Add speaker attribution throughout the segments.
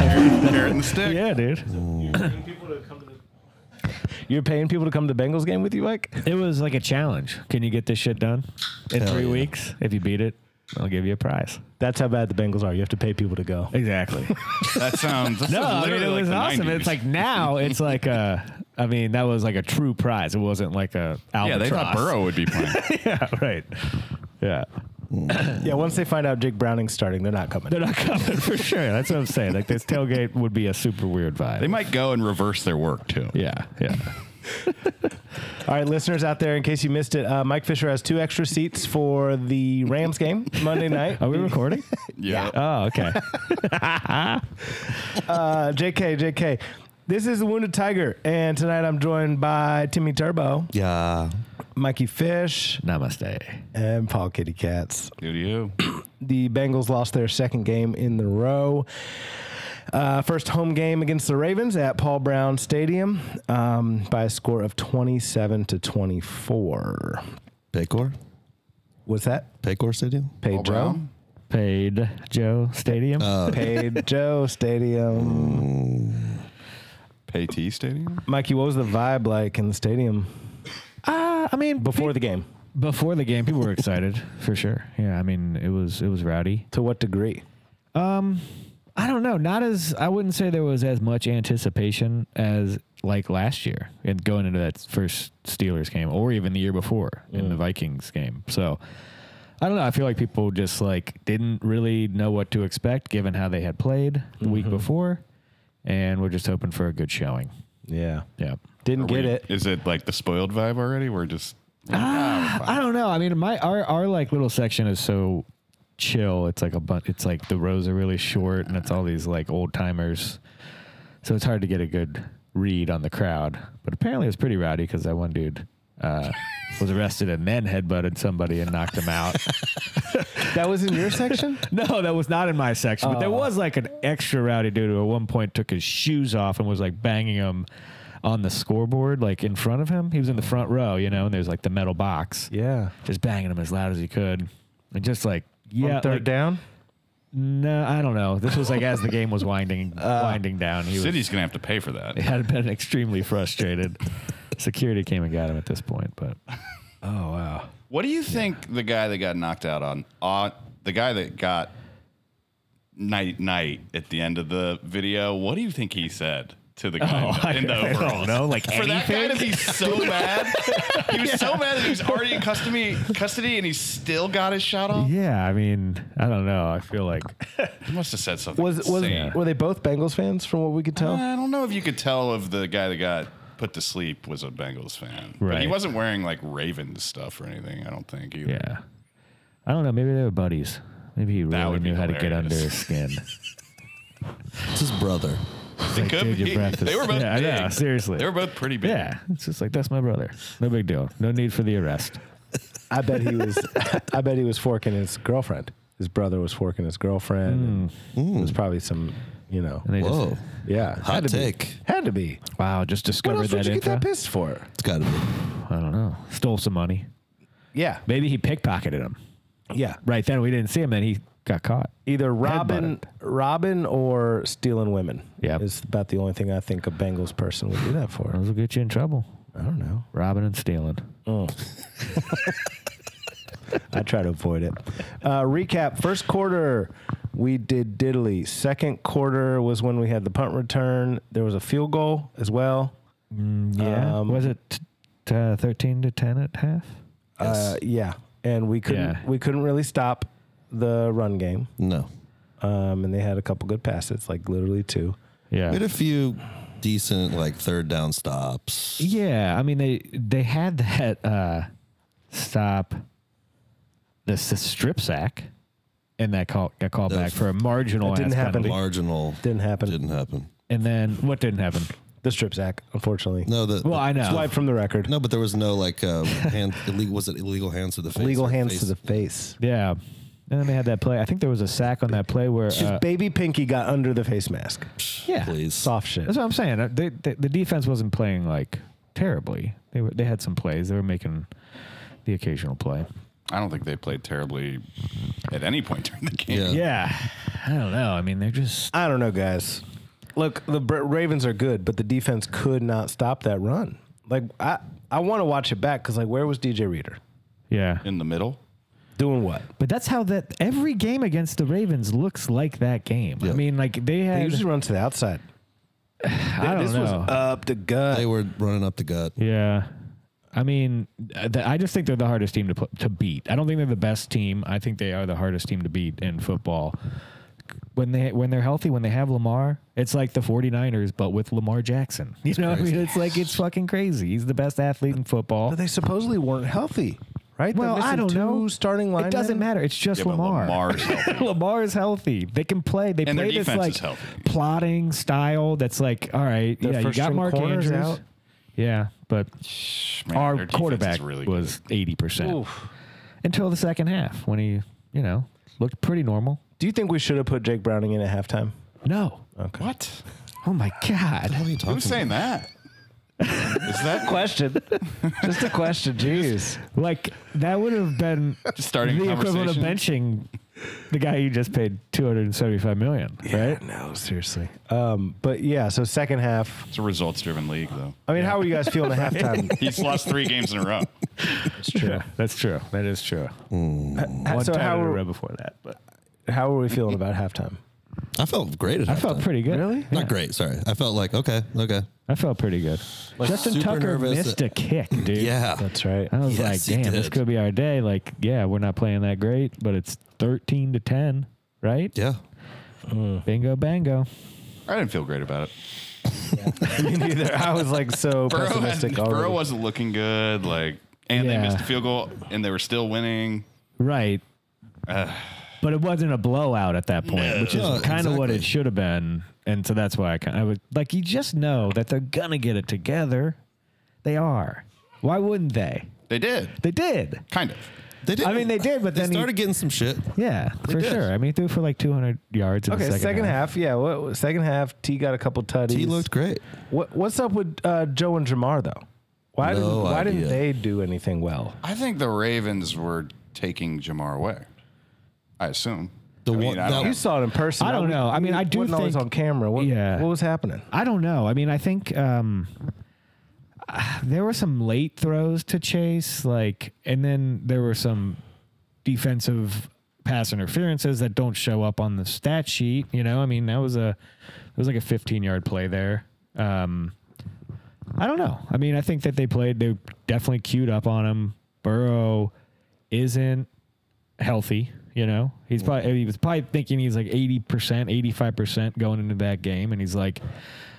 Speaker 1: Yeah, dude. You're paying people to come to the Bengals game with you, Mike?
Speaker 2: It was like a challenge. Can you get this shit done in
Speaker 3: Hell
Speaker 2: three
Speaker 3: yeah.
Speaker 2: weeks? If you beat it, I'll give you a prize.
Speaker 1: That's how bad the Bengals are. You have to pay people to go.
Speaker 2: Exactly.
Speaker 4: That sounds.
Speaker 2: no, I mean, it was awesome. It's like now, it's like a. I mean, that was like a true prize. It wasn't like a albatross.
Speaker 4: yeah, they thought Burrow would be playing.
Speaker 2: yeah, right. Yeah,
Speaker 1: Yeah, once they find out Jake Browning's starting, they're not coming.
Speaker 2: they're not coming for sure. That's what I'm saying. Like this tailgate would be a super weird vibe.
Speaker 4: they might go and reverse their work too.
Speaker 2: yeah, yeah.
Speaker 1: All right, listeners out there, in case you missed it, uh, Mike Fisher has two extra seats for the Rams game Monday night.
Speaker 2: Are we recording?
Speaker 4: Yeah.
Speaker 2: Oh, okay.
Speaker 1: Uh, JK, JK. This is the Wounded Tiger, and tonight I'm joined by Timmy Turbo,
Speaker 3: Yeah.
Speaker 1: Mikey Fish,
Speaker 2: Namaste.
Speaker 1: and Paul Kitty Cats.
Speaker 4: Do to you?
Speaker 1: The Bengals lost their second game in the row. Uh, first home game against the Ravens at Paul Brown Stadium um, by a score of 27 to 24.
Speaker 3: Paycor?
Speaker 1: What's that?
Speaker 3: Paycor Stadium?
Speaker 1: Pedro?
Speaker 2: Paid Joe Stadium.
Speaker 1: Uh, Pedro Stadium.
Speaker 4: Payt Stadium.
Speaker 1: Mikey, what was the vibe like in the stadium
Speaker 2: Uh, I mean,
Speaker 1: before the game?
Speaker 2: before the game, people were excited for sure. Yeah, I mean, it was it was rowdy.
Speaker 1: To what degree?
Speaker 2: I don't know. Not as I wouldn't say there was as much anticipation as like last year and going into that first Steelers game, or even the year before in the Vikings game. So I don't know. I feel like people just like didn't really know what to expect given how they had played the week before, and we're just hoping for a good showing.
Speaker 1: Yeah.
Speaker 2: Yeah.
Speaker 1: Didn't get
Speaker 4: We-
Speaker 1: it.
Speaker 4: Is it like the spoiled vibe already? We're just.
Speaker 2: I don't know. I mean, my our our like little section is so chill. It's like a bunch. It's like the rows are really short, and it's all these like old timers. So it's hard to get a good read on the crowd. But apparently, it was pretty rowdy because that one dude uh, was arrested and then headbutted somebody and knocked him out.
Speaker 1: That was in your section?
Speaker 2: no, that was not in my section. But there
Speaker 1: Oh.
Speaker 2: was like an extra rowdy dude who at one point took his shoes off and was like banging him on the scoreboard, like in front of him. He was in the front row, you know, and there's like the metal box
Speaker 1: Yeah.
Speaker 2: just banging him as loud as he could, and just like
Speaker 1: On
Speaker 2: yeah,
Speaker 1: third
Speaker 2: like,
Speaker 1: down?
Speaker 2: No, I don't know. This was like as the game was winding
Speaker 4: Uh,
Speaker 2: winding down. He was,
Speaker 4: City's gonna have to pay for that.
Speaker 2: had been extremely frustrated. Security came and got him at this point, but oh wow,
Speaker 4: What do you think the guy that got knocked out on, on the guy that got night night at the end of the video? What do you think he said to the guy in the- Oh, in the
Speaker 2: Oh, I
Speaker 4: overalls?
Speaker 2: don't know, like
Speaker 4: For that guy to
Speaker 2: anything.
Speaker 4: be so mad, he was so mad that he was already in custody, custody, and he still got his shot off.
Speaker 2: Yeah, I mean, I don't know. I feel like
Speaker 4: He must have said something.
Speaker 1: Was was
Speaker 4: insane.
Speaker 1: were they both Bengals fans from what we could tell?
Speaker 4: I don't know if you could tell if the guy that got put to sleep was a Bengals fan. But he
Speaker 2: Right.
Speaker 4: wasn't wearing like Ravens stuff or anything. I don't think either.
Speaker 2: yeah, I don't know. Maybe they were buddies. Maybe he really
Speaker 4: would be
Speaker 2: knew how to get under his
Speaker 4: hilarious.
Speaker 2: skin.
Speaker 3: It's his brother.
Speaker 4: It could
Speaker 2: Dude, your
Speaker 4: be.
Speaker 2: breath is-
Speaker 4: They were both
Speaker 2: yeah, I know,
Speaker 4: big.
Speaker 2: seriously.
Speaker 4: They were both pretty big.
Speaker 2: yeah, it's just like that's my brother. No big deal. No need for the arrest.
Speaker 1: I bet he was. I bet he was forking his girlfriend. His brother was forking his girlfriend. and It was probably some, you know,
Speaker 2: And they just-
Speaker 3: Whoa.
Speaker 1: yeah,
Speaker 3: Hot
Speaker 1: had to
Speaker 3: take.
Speaker 1: Be, had to be.
Speaker 2: wow, just
Speaker 1: What
Speaker 2: discovered
Speaker 1: else
Speaker 2: that
Speaker 1: would you
Speaker 2: info.
Speaker 1: get that pissed for?
Speaker 3: It's got to be.
Speaker 2: I don't know. Stole some money.
Speaker 1: Yeah,
Speaker 2: Maybe he pickpocketed him.
Speaker 1: yeah.
Speaker 2: Right then, we didn't see him. Then he got caught.
Speaker 1: Either robbing, robbing, or stealing women.
Speaker 2: Yep.
Speaker 1: is about the only thing I think a Bengals person would do that for.
Speaker 2: Those will get you in trouble.
Speaker 1: I don't know.
Speaker 2: Robbing and stealing.
Speaker 1: Oh. I try to avoid it. Uh, recap: first quarter, we did diddly. Second quarter was when we had the punt return. There was a field goal as well.
Speaker 2: Yeah.
Speaker 1: Um,
Speaker 2: Was it t- t- uh, thirteen to ten at half?
Speaker 1: Uh, yeah, and we couldn't
Speaker 2: Yeah.
Speaker 1: we couldn't really stop the run game.
Speaker 3: No.
Speaker 1: Um, and they had a couple good passes, like literally two.
Speaker 2: Yeah.
Speaker 3: We had a few decent, like, third down stops.
Speaker 2: yeah. I mean, they they had that uh, stop. The, s- strip sack, and that call got called
Speaker 3: That
Speaker 2: back
Speaker 3: was-
Speaker 2: for a marginal.
Speaker 1: That didn't
Speaker 2: ass
Speaker 1: happen.
Speaker 2: penalty.
Speaker 3: Marginal.
Speaker 1: Didn't happen.
Speaker 3: Didn't happen.
Speaker 2: And then what didn't happen?
Speaker 1: The strip sack, unfortunately,
Speaker 3: No, the,
Speaker 2: Well, I know.
Speaker 1: wiped from the record.
Speaker 3: No, but there was no like uh, hand illegal. Was it illegal hands to the face?
Speaker 1: Legal
Speaker 3: or
Speaker 1: hands
Speaker 3: face-
Speaker 1: to the face.
Speaker 2: Yeah. And then they had that play. I think there was a sack on that play where.
Speaker 1: Just
Speaker 2: uh,
Speaker 1: baby Pinky got under the face mask.
Speaker 2: yeah.
Speaker 3: Please.
Speaker 1: Soft shit.
Speaker 2: That's what I'm saying. Uh, They, they, the defense wasn't playing like terribly. They were they had some plays. They were making the occasional play.
Speaker 4: I don't think they played terribly at any point during the game.
Speaker 3: Yeah.
Speaker 2: Yeah, I don't know. I mean, they're just
Speaker 1: I don't know, guys. Look, the Bra- Ravens are good, but the defense could not stop that run. Like I, I want to watch it back because like where was DJ Reader
Speaker 2: yeah.
Speaker 4: In the middle,
Speaker 1: doing what?
Speaker 2: But that's how that every game against the Ravens looks like that game. I mean, like they
Speaker 1: They
Speaker 2: had.
Speaker 1: usually run to the outside.
Speaker 2: I don't
Speaker 1: this
Speaker 2: know.
Speaker 1: was up the gut.
Speaker 3: They were running up the gut.
Speaker 2: Yeah. I mean, uh, th- I just think they're the hardest team to pl- to beat. I don't think they're the best team. I think they are the hardest team to beat in football. When they when they're healthy, when they have Lamar, it's like the 49ers but with Lamar Jackson. You know, what I mean, it's like it's fucking crazy. He's the best athlete in football.
Speaker 1: But they supposedly weren't healthy, right? They're
Speaker 2: Well, I
Speaker 1: missing
Speaker 2: don't
Speaker 1: two
Speaker 2: know.
Speaker 1: Starting line.
Speaker 2: It doesn't matter. It's just
Speaker 4: Yeah, but
Speaker 2: Lamar.
Speaker 4: Lamar's healthy.
Speaker 2: Lamar is healthy. They can play. They
Speaker 4: And their
Speaker 2: play this
Speaker 4: defense
Speaker 2: like
Speaker 4: is healthy.
Speaker 2: plotting style. That's like, all right,
Speaker 1: Their
Speaker 2: yeah, you
Speaker 1: first
Speaker 2: got
Speaker 1: string
Speaker 2: Mark
Speaker 1: corners
Speaker 2: Andrews.
Speaker 1: out.
Speaker 2: Yeah, but
Speaker 4: Man, their
Speaker 2: our
Speaker 4: defense is
Speaker 2: quarterback
Speaker 4: really good.
Speaker 2: was eighty percent until the second half when he, you know, looked pretty normal.
Speaker 1: Do you think we should have put Jake Browning in at halftime?
Speaker 2: No.
Speaker 4: What?
Speaker 2: Oh my
Speaker 3: What
Speaker 2: god.
Speaker 3: are you talking
Speaker 4: Who's saying that? Is that
Speaker 1: Question. Just a question. Jeez.
Speaker 2: Like that would have been
Speaker 4: starting
Speaker 2: the equivalent of benching the guy you just paid two hundred and seventy five million, right?
Speaker 1: No, seriously. Um, but yeah, so second half.
Speaker 4: It's a results-driven league, though.
Speaker 1: I mean, how were you guys feeling at halftime?
Speaker 4: He's lost three games in a row.
Speaker 1: It's true.
Speaker 2: Yeah, that's true. That is true. One
Speaker 1: so
Speaker 2: time
Speaker 1: how
Speaker 2: in a row
Speaker 1: were,
Speaker 2: before that, but
Speaker 1: how were we feeling about halftime?
Speaker 3: about? I felt great at
Speaker 2: I felt pretty good.
Speaker 1: Really?
Speaker 2: Yeah,
Speaker 3: Not great, sorry. I felt like, okay, okay.
Speaker 2: I felt pretty good. Justin
Speaker 3: super
Speaker 2: Tucker
Speaker 3: nervous
Speaker 2: missed
Speaker 3: that-
Speaker 2: a kick, dude.
Speaker 3: Yeah.
Speaker 1: That's right.
Speaker 2: I was
Speaker 3: Yes,
Speaker 2: like,
Speaker 3: he
Speaker 2: damn, this
Speaker 3: did.
Speaker 2: could be our day. Like, yeah, we're not playing that great, but it's 13 to 10, right?
Speaker 3: Yeah.
Speaker 2: Bingo, bango.
Speaker 4: I didn't feel great about it.
Speaker 1: Me neither. I was like so
Speaker 4: Burrow,
Speaker 1: pessimistic
Speaker 4: had- Burrow
Speaker 1: already.
Speaker 4: wasn't looking good. Like, and
Speaker 2: Yeah.
Speaker 4: they missed a field goal, and they were still winning.
Speaker 2: Right. but it wasn't a blowout at that point, which is
Speaker 3: No,
Speaker 2: kind of what
Speaker 3: exactly.
Speaker 2: it should have been. And so that's why I kind I would like you just know that they're gonna get it together. They are. Why wouldn't they?
Speaker 4: They did,
Speaker 2: They did.
Speaker 4: kind of.
Speaker 3: They did.
Speaker 2: I mean, they did, but
Speaker 3: They
Speaker 2: then he-
Speaker 3: started getting some shit.
Speaker 2: Yeah, for
Speaker 3: did.
Speaker 2: sure. I mean, he threw for like 200 yards. In
Speaker 1: Okay,
Speaker 2: the second,
Speaker 1: second, half. Yeah, what, second half. T got a couple tutties.
Speaker 3: He looked great.
Speaker 1: What, what's up with uh, Joe and Jamar though? Why
Speaker 3: No
Speaker 1: didn't Why didn't
Speaker 3: idea.
Speaker 1: they do anything well?
Speaker 4: I think the Ravens were taking Jamar away. I assume.
Speaker 3: The
Speaker 4: I
Speaker 3: one-
Speaker 4: I
Speaker 3: that-
Speaker 4: don't
Speaker 1: You
Speaker 4: know.
Speaker 1: saw it in person.
Speaker 2: I don't know. I mean, I do
Speaker 1: wasn't always
Speaker 2: think-
Speaker 1: on camera. What,
Speaker 2: Yeah.
Speaker 1: what was happening?
Speaker 2: I don't know. I mean, I think um, ah, there were some late throws to Chase, like, and then there were some defensive pass interferences that don't show up on the stat sheet. You know, I mean, that was a it was like a 15 yard play there. Um, I don't know. I mean, I think that they played. They definitely queued up on him. Burrow isn't healthy. You know, he's probably he was probably thinking he's like eighty percent, eighty five percent going into that game, and he's like,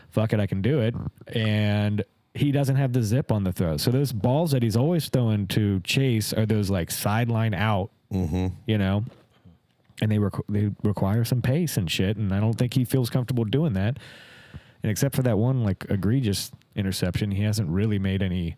Speaker 2: "Fuck it, I can do it." And he doesn't have the zip on the throw, so those balls that he's always throwing to Chase are those like sideline out. You know, and they requ- they require some pace and shit, and I don't think he feels comfortable doing that. And except for that one like egregious interception, he hasn't really made any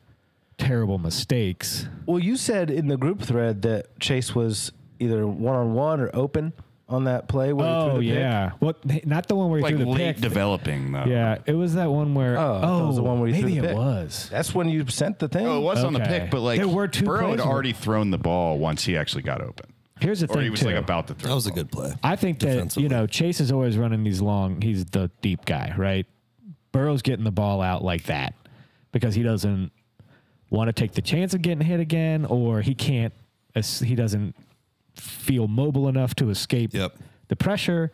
Speaker 2: terrible mistakes.
Speaker 1: Well, you said in the group thread that Chase was either one on one or open on that play. Where he
Speaker 2: Oh
Speaker 1: threw the pick.
Speaker 2: yeah, well, not the one where he
Speaker 4: like
Speaker 2: threw the
Speaker 4: late
Speaker 2: pick.
Speaker 4: developing though.
Speaker 2: Yeah, it was that one where.
Speaker 1: Oh, I thought it was the one where you threw
Speaker 2: maybe
Speaker 1: the
Speaker 2: it
Speaker 1: pick.
Speaker 2: was.
Speaker 1: That's when you sent the thing.
Speaker 4: No, Oh, it was on the
Speaker 2: Okay.
Speaker 4: pick, but like
Speaker 2: There were two
Speaker 4: Burrow
Speaker 2: plays
Speaker 4: had
Speaker 2: in the-
Speaker 4: already thrown the ball once he actually got open,
Speaker 2: Here's the
Speaker 4: or
Speaker 2: thing
Speaker 4: he was
Speaker 2: too.
Speaker 4: like about to throw.
Speaker 3: That was
Speaker 4: the ball.
Speaker 3: a good play.
Speaker 2: I think that
Speaker 3: defensively.
Speaker 2: you know Chase is always running these long. He's the deep guy, right? Burrow's getting the ball out like that because he doesn't want to take the chance of getting hit again, or he can't. as- He doesn't feel mobile enough to escape
Speaker 3: Yep.
Speaker 2: the pressure.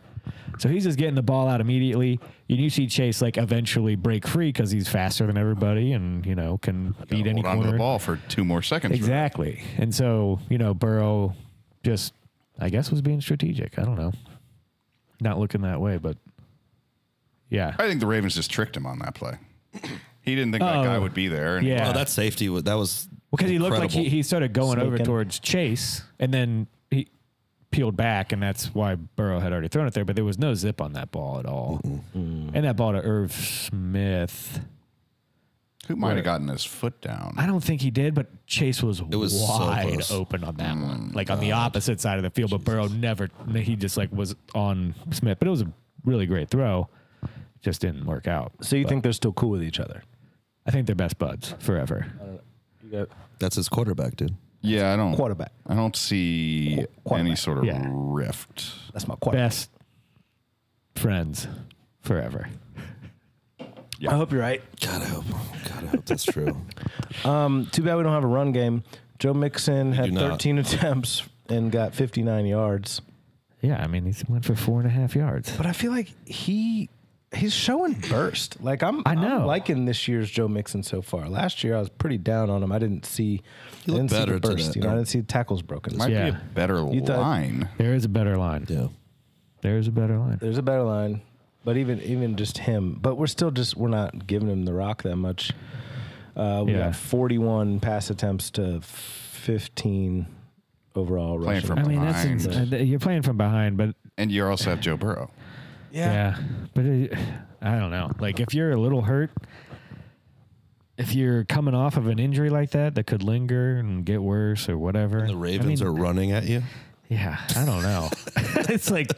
Speaker 2: So he's just getting the ball out immediately. And you see Chase like eventually break free because he's faster than everybody and you know can beat any
Speaker 4: Hold on to
Speaker 2: corner.
Speaker 4: the ball for two more seconds.
Speaker 2: Exactly. And so, you know, Burrow just, I guess, was being strategic. I don't know. Not looking that way, but yeah.
Speaker 4: I think the Ravens just tricked him on that play. He didn't think
Speaker 2: Oh.
Speaker 4: that guy would be there. and he
Speaker 2: Yeah.
Speaker 3: Oh, that safety was that was
Speaker 2: Because he looked like he,
Speaker 3: incredible.
Speaker 2: he started going over
Speaker 1: Sneaking.
Speaker 2: towards Chase and then he peeled back, and that's why Burrow had already thrown it there, but there was no zip on that ball at all. And that ball to Irv Smith.
Speaker 4: Who might have gotten his foot down?
Speaker 2: I don't think he did, but Chase was,
Speaker 3: was so
Speaker 2: wide
Speaker 3: close. Mm,
Speaker 2: open on that one, like on the opposite side of the field. But Burrow never, he just like was on Smith, but it was a really great throw. Just didn't work out.
Speaker 1: So you think they're still cool with each other?
Speaker 2: I I think they're best buds forever.
Speaker 3: That's his quarterback, dude.
Speaker 4: Yeah, I don't.
Speaker 1: Quarterback.
Speaker 4: I don't see
Speaker 1: Quarterback.
Speaker 4: any sort of
Speaker 2: Yeah.
Speaker 4: rift.
Speaker 1: That's my quarterback.
Speaker 2: Best friends forever.
Speaker 1: I hope you're right.
Speaker 3: God, I hope. God, I hope that's true.
Speaker 1: Too bad we don't have a run game. Joe Mixon had
Speaker 3: do not.
Speaker 1: 13 attempts and got 59 yards.
Speaker 2: Yeah, I mean, he went for four and a half yards.
Speaker 1: But I feel like he he's showing burst. Like I'm,
Speaker 2: I
Speaker 1: I'm
Speaker 2: know.
Speaker 1: liking this year's Joe Mixon so far. Last year I was pretty down on him. I didn't see, I
Speaker 3: looked
Speaker 1: didn't see the
Speaker 3: better today,
Speaker 1: burst. you know, I
Speaker 3: though.
Speaker 1: didn't see the tackles broken.
Speaker 4: Might be
Speaker 2: Yeah.
Speaker 4: a better
Speaker 1: You thought-
Speaker 4: line.
Speaker 2: There is a better line.
Speaker 3: Yeah.
Speaker 2: There is a better line.
Speaker 1: There's a better line, but even even just him. But we're still just we're not giving him the rock that much. Uh, we
Speaker 2: Yeah.
Speaker 1: got 41 pass attempts to 15 overall.
Speaker 4: Playing
Speaker 1: rushing.
Speaker 4: from
Speaker 2: I mean, that's ins-
Speaker 4: Behind.
Speaker 2: uh, th- you're playing from behind, but
Speaker 4: and you also have Joe Burrow.
Speaker 2: yeah, but it, I don't know. Like, if you're a little hurt, if you're coming off of an injury like that that could linger and get worse or whatever,
Speaker 3: The Ravens
Speaker 2: I mean,
Speaker 3: are running at you.
Speaker 2: Yeah, I don't know. it's like,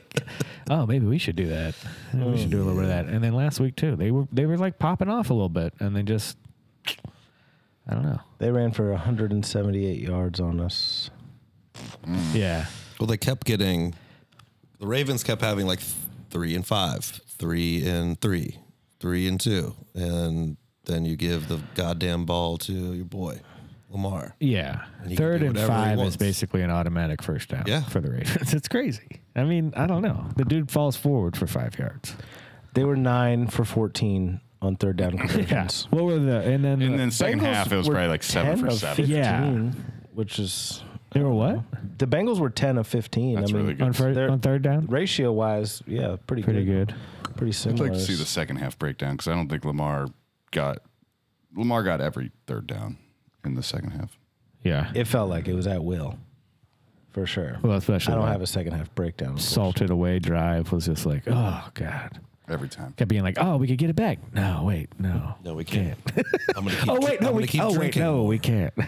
Speaker 2: oh, maybe we should do that. Maybe we should do a little bit of that. And then last week too, they were they were like popping off a little bit, and they just, I don't know.
Speaker 1: They ran for 178 yards on us.
Speaker 2: Yeah,
Speaker 3: Well, they kept getting. The Ravens kept having like th- three and five, three and three, three and two, and then you give the goddamn ball to your boy, Lamar.
Speaker 2: yeah.
Speaker 3: he can
Speaker 2: Third
Speaker 3: do
Speaker 2: and
Speaker 3: whatever he
Speaker 2: five is
Speaker 3: wants.
Speaker 2: basically an automatic first down.
Speaker 3: Yeah.
Speaker 2: for the Ravens, it's crazy. I mean, I don't know. The dude falls forward for five yards.
Speaker 1: They were nine for 14 on third down conversions.
Speaker 2: What were the and then
Speaker 4: And then second
Speaker 1: Bengals
Speaker 4: half, it was
Speaker 1: were
Speaker 4: probably like seven
Speaker 1: 10
Speaker 4: for
Speaker 1: of
Speaker 4: seven.
Speaker 2: Yeah.
Speaker 1: 15, which is
Speaker 2: they were what
Speaker 1: the Bengals were 10 of 15.
Speaker 4: That's
Speaker 1: I mean,
Speaker 4: really good.
Speaker 2: on, fir-
Speaker 1: They're-
Speaker 2: on third down?
Speaker 1: ratio wise, yeah, pretty
Speaker 2: Pretty good.
Speaker 1: pretty
Speaker 4: I'd
Speaker 1: similar.
Speaker 4: like to see the second half breakdown because I don't think Lamar got Lamar got every third down in the second half.
Speaker 2: Yeah.
Speaker 1: It felt like it was at will, for sure.
Speaker 2: well, especially
Speaker 1: I don't
Speaker 2: that
Speaker 1: have a second half breakdown. of course.
Speaker 2: salted away drive was just like, oh god.
Speaker 4: Every time.
Speaker 2: kept being like, "Oh, we could get it back." No, wait, no.
Speaker 3: No, we can't. I'm gonna keep,
Speaker 2: Oh wait,
Speaker 3: I'm
Speaker 2: no,
Speaker 3: gonna
Speaker 2: we
Speaker 3: keep
Speaker 2: can't. Oh wait,
Speaker 3: drinking.
Speaker 2: no, we can't.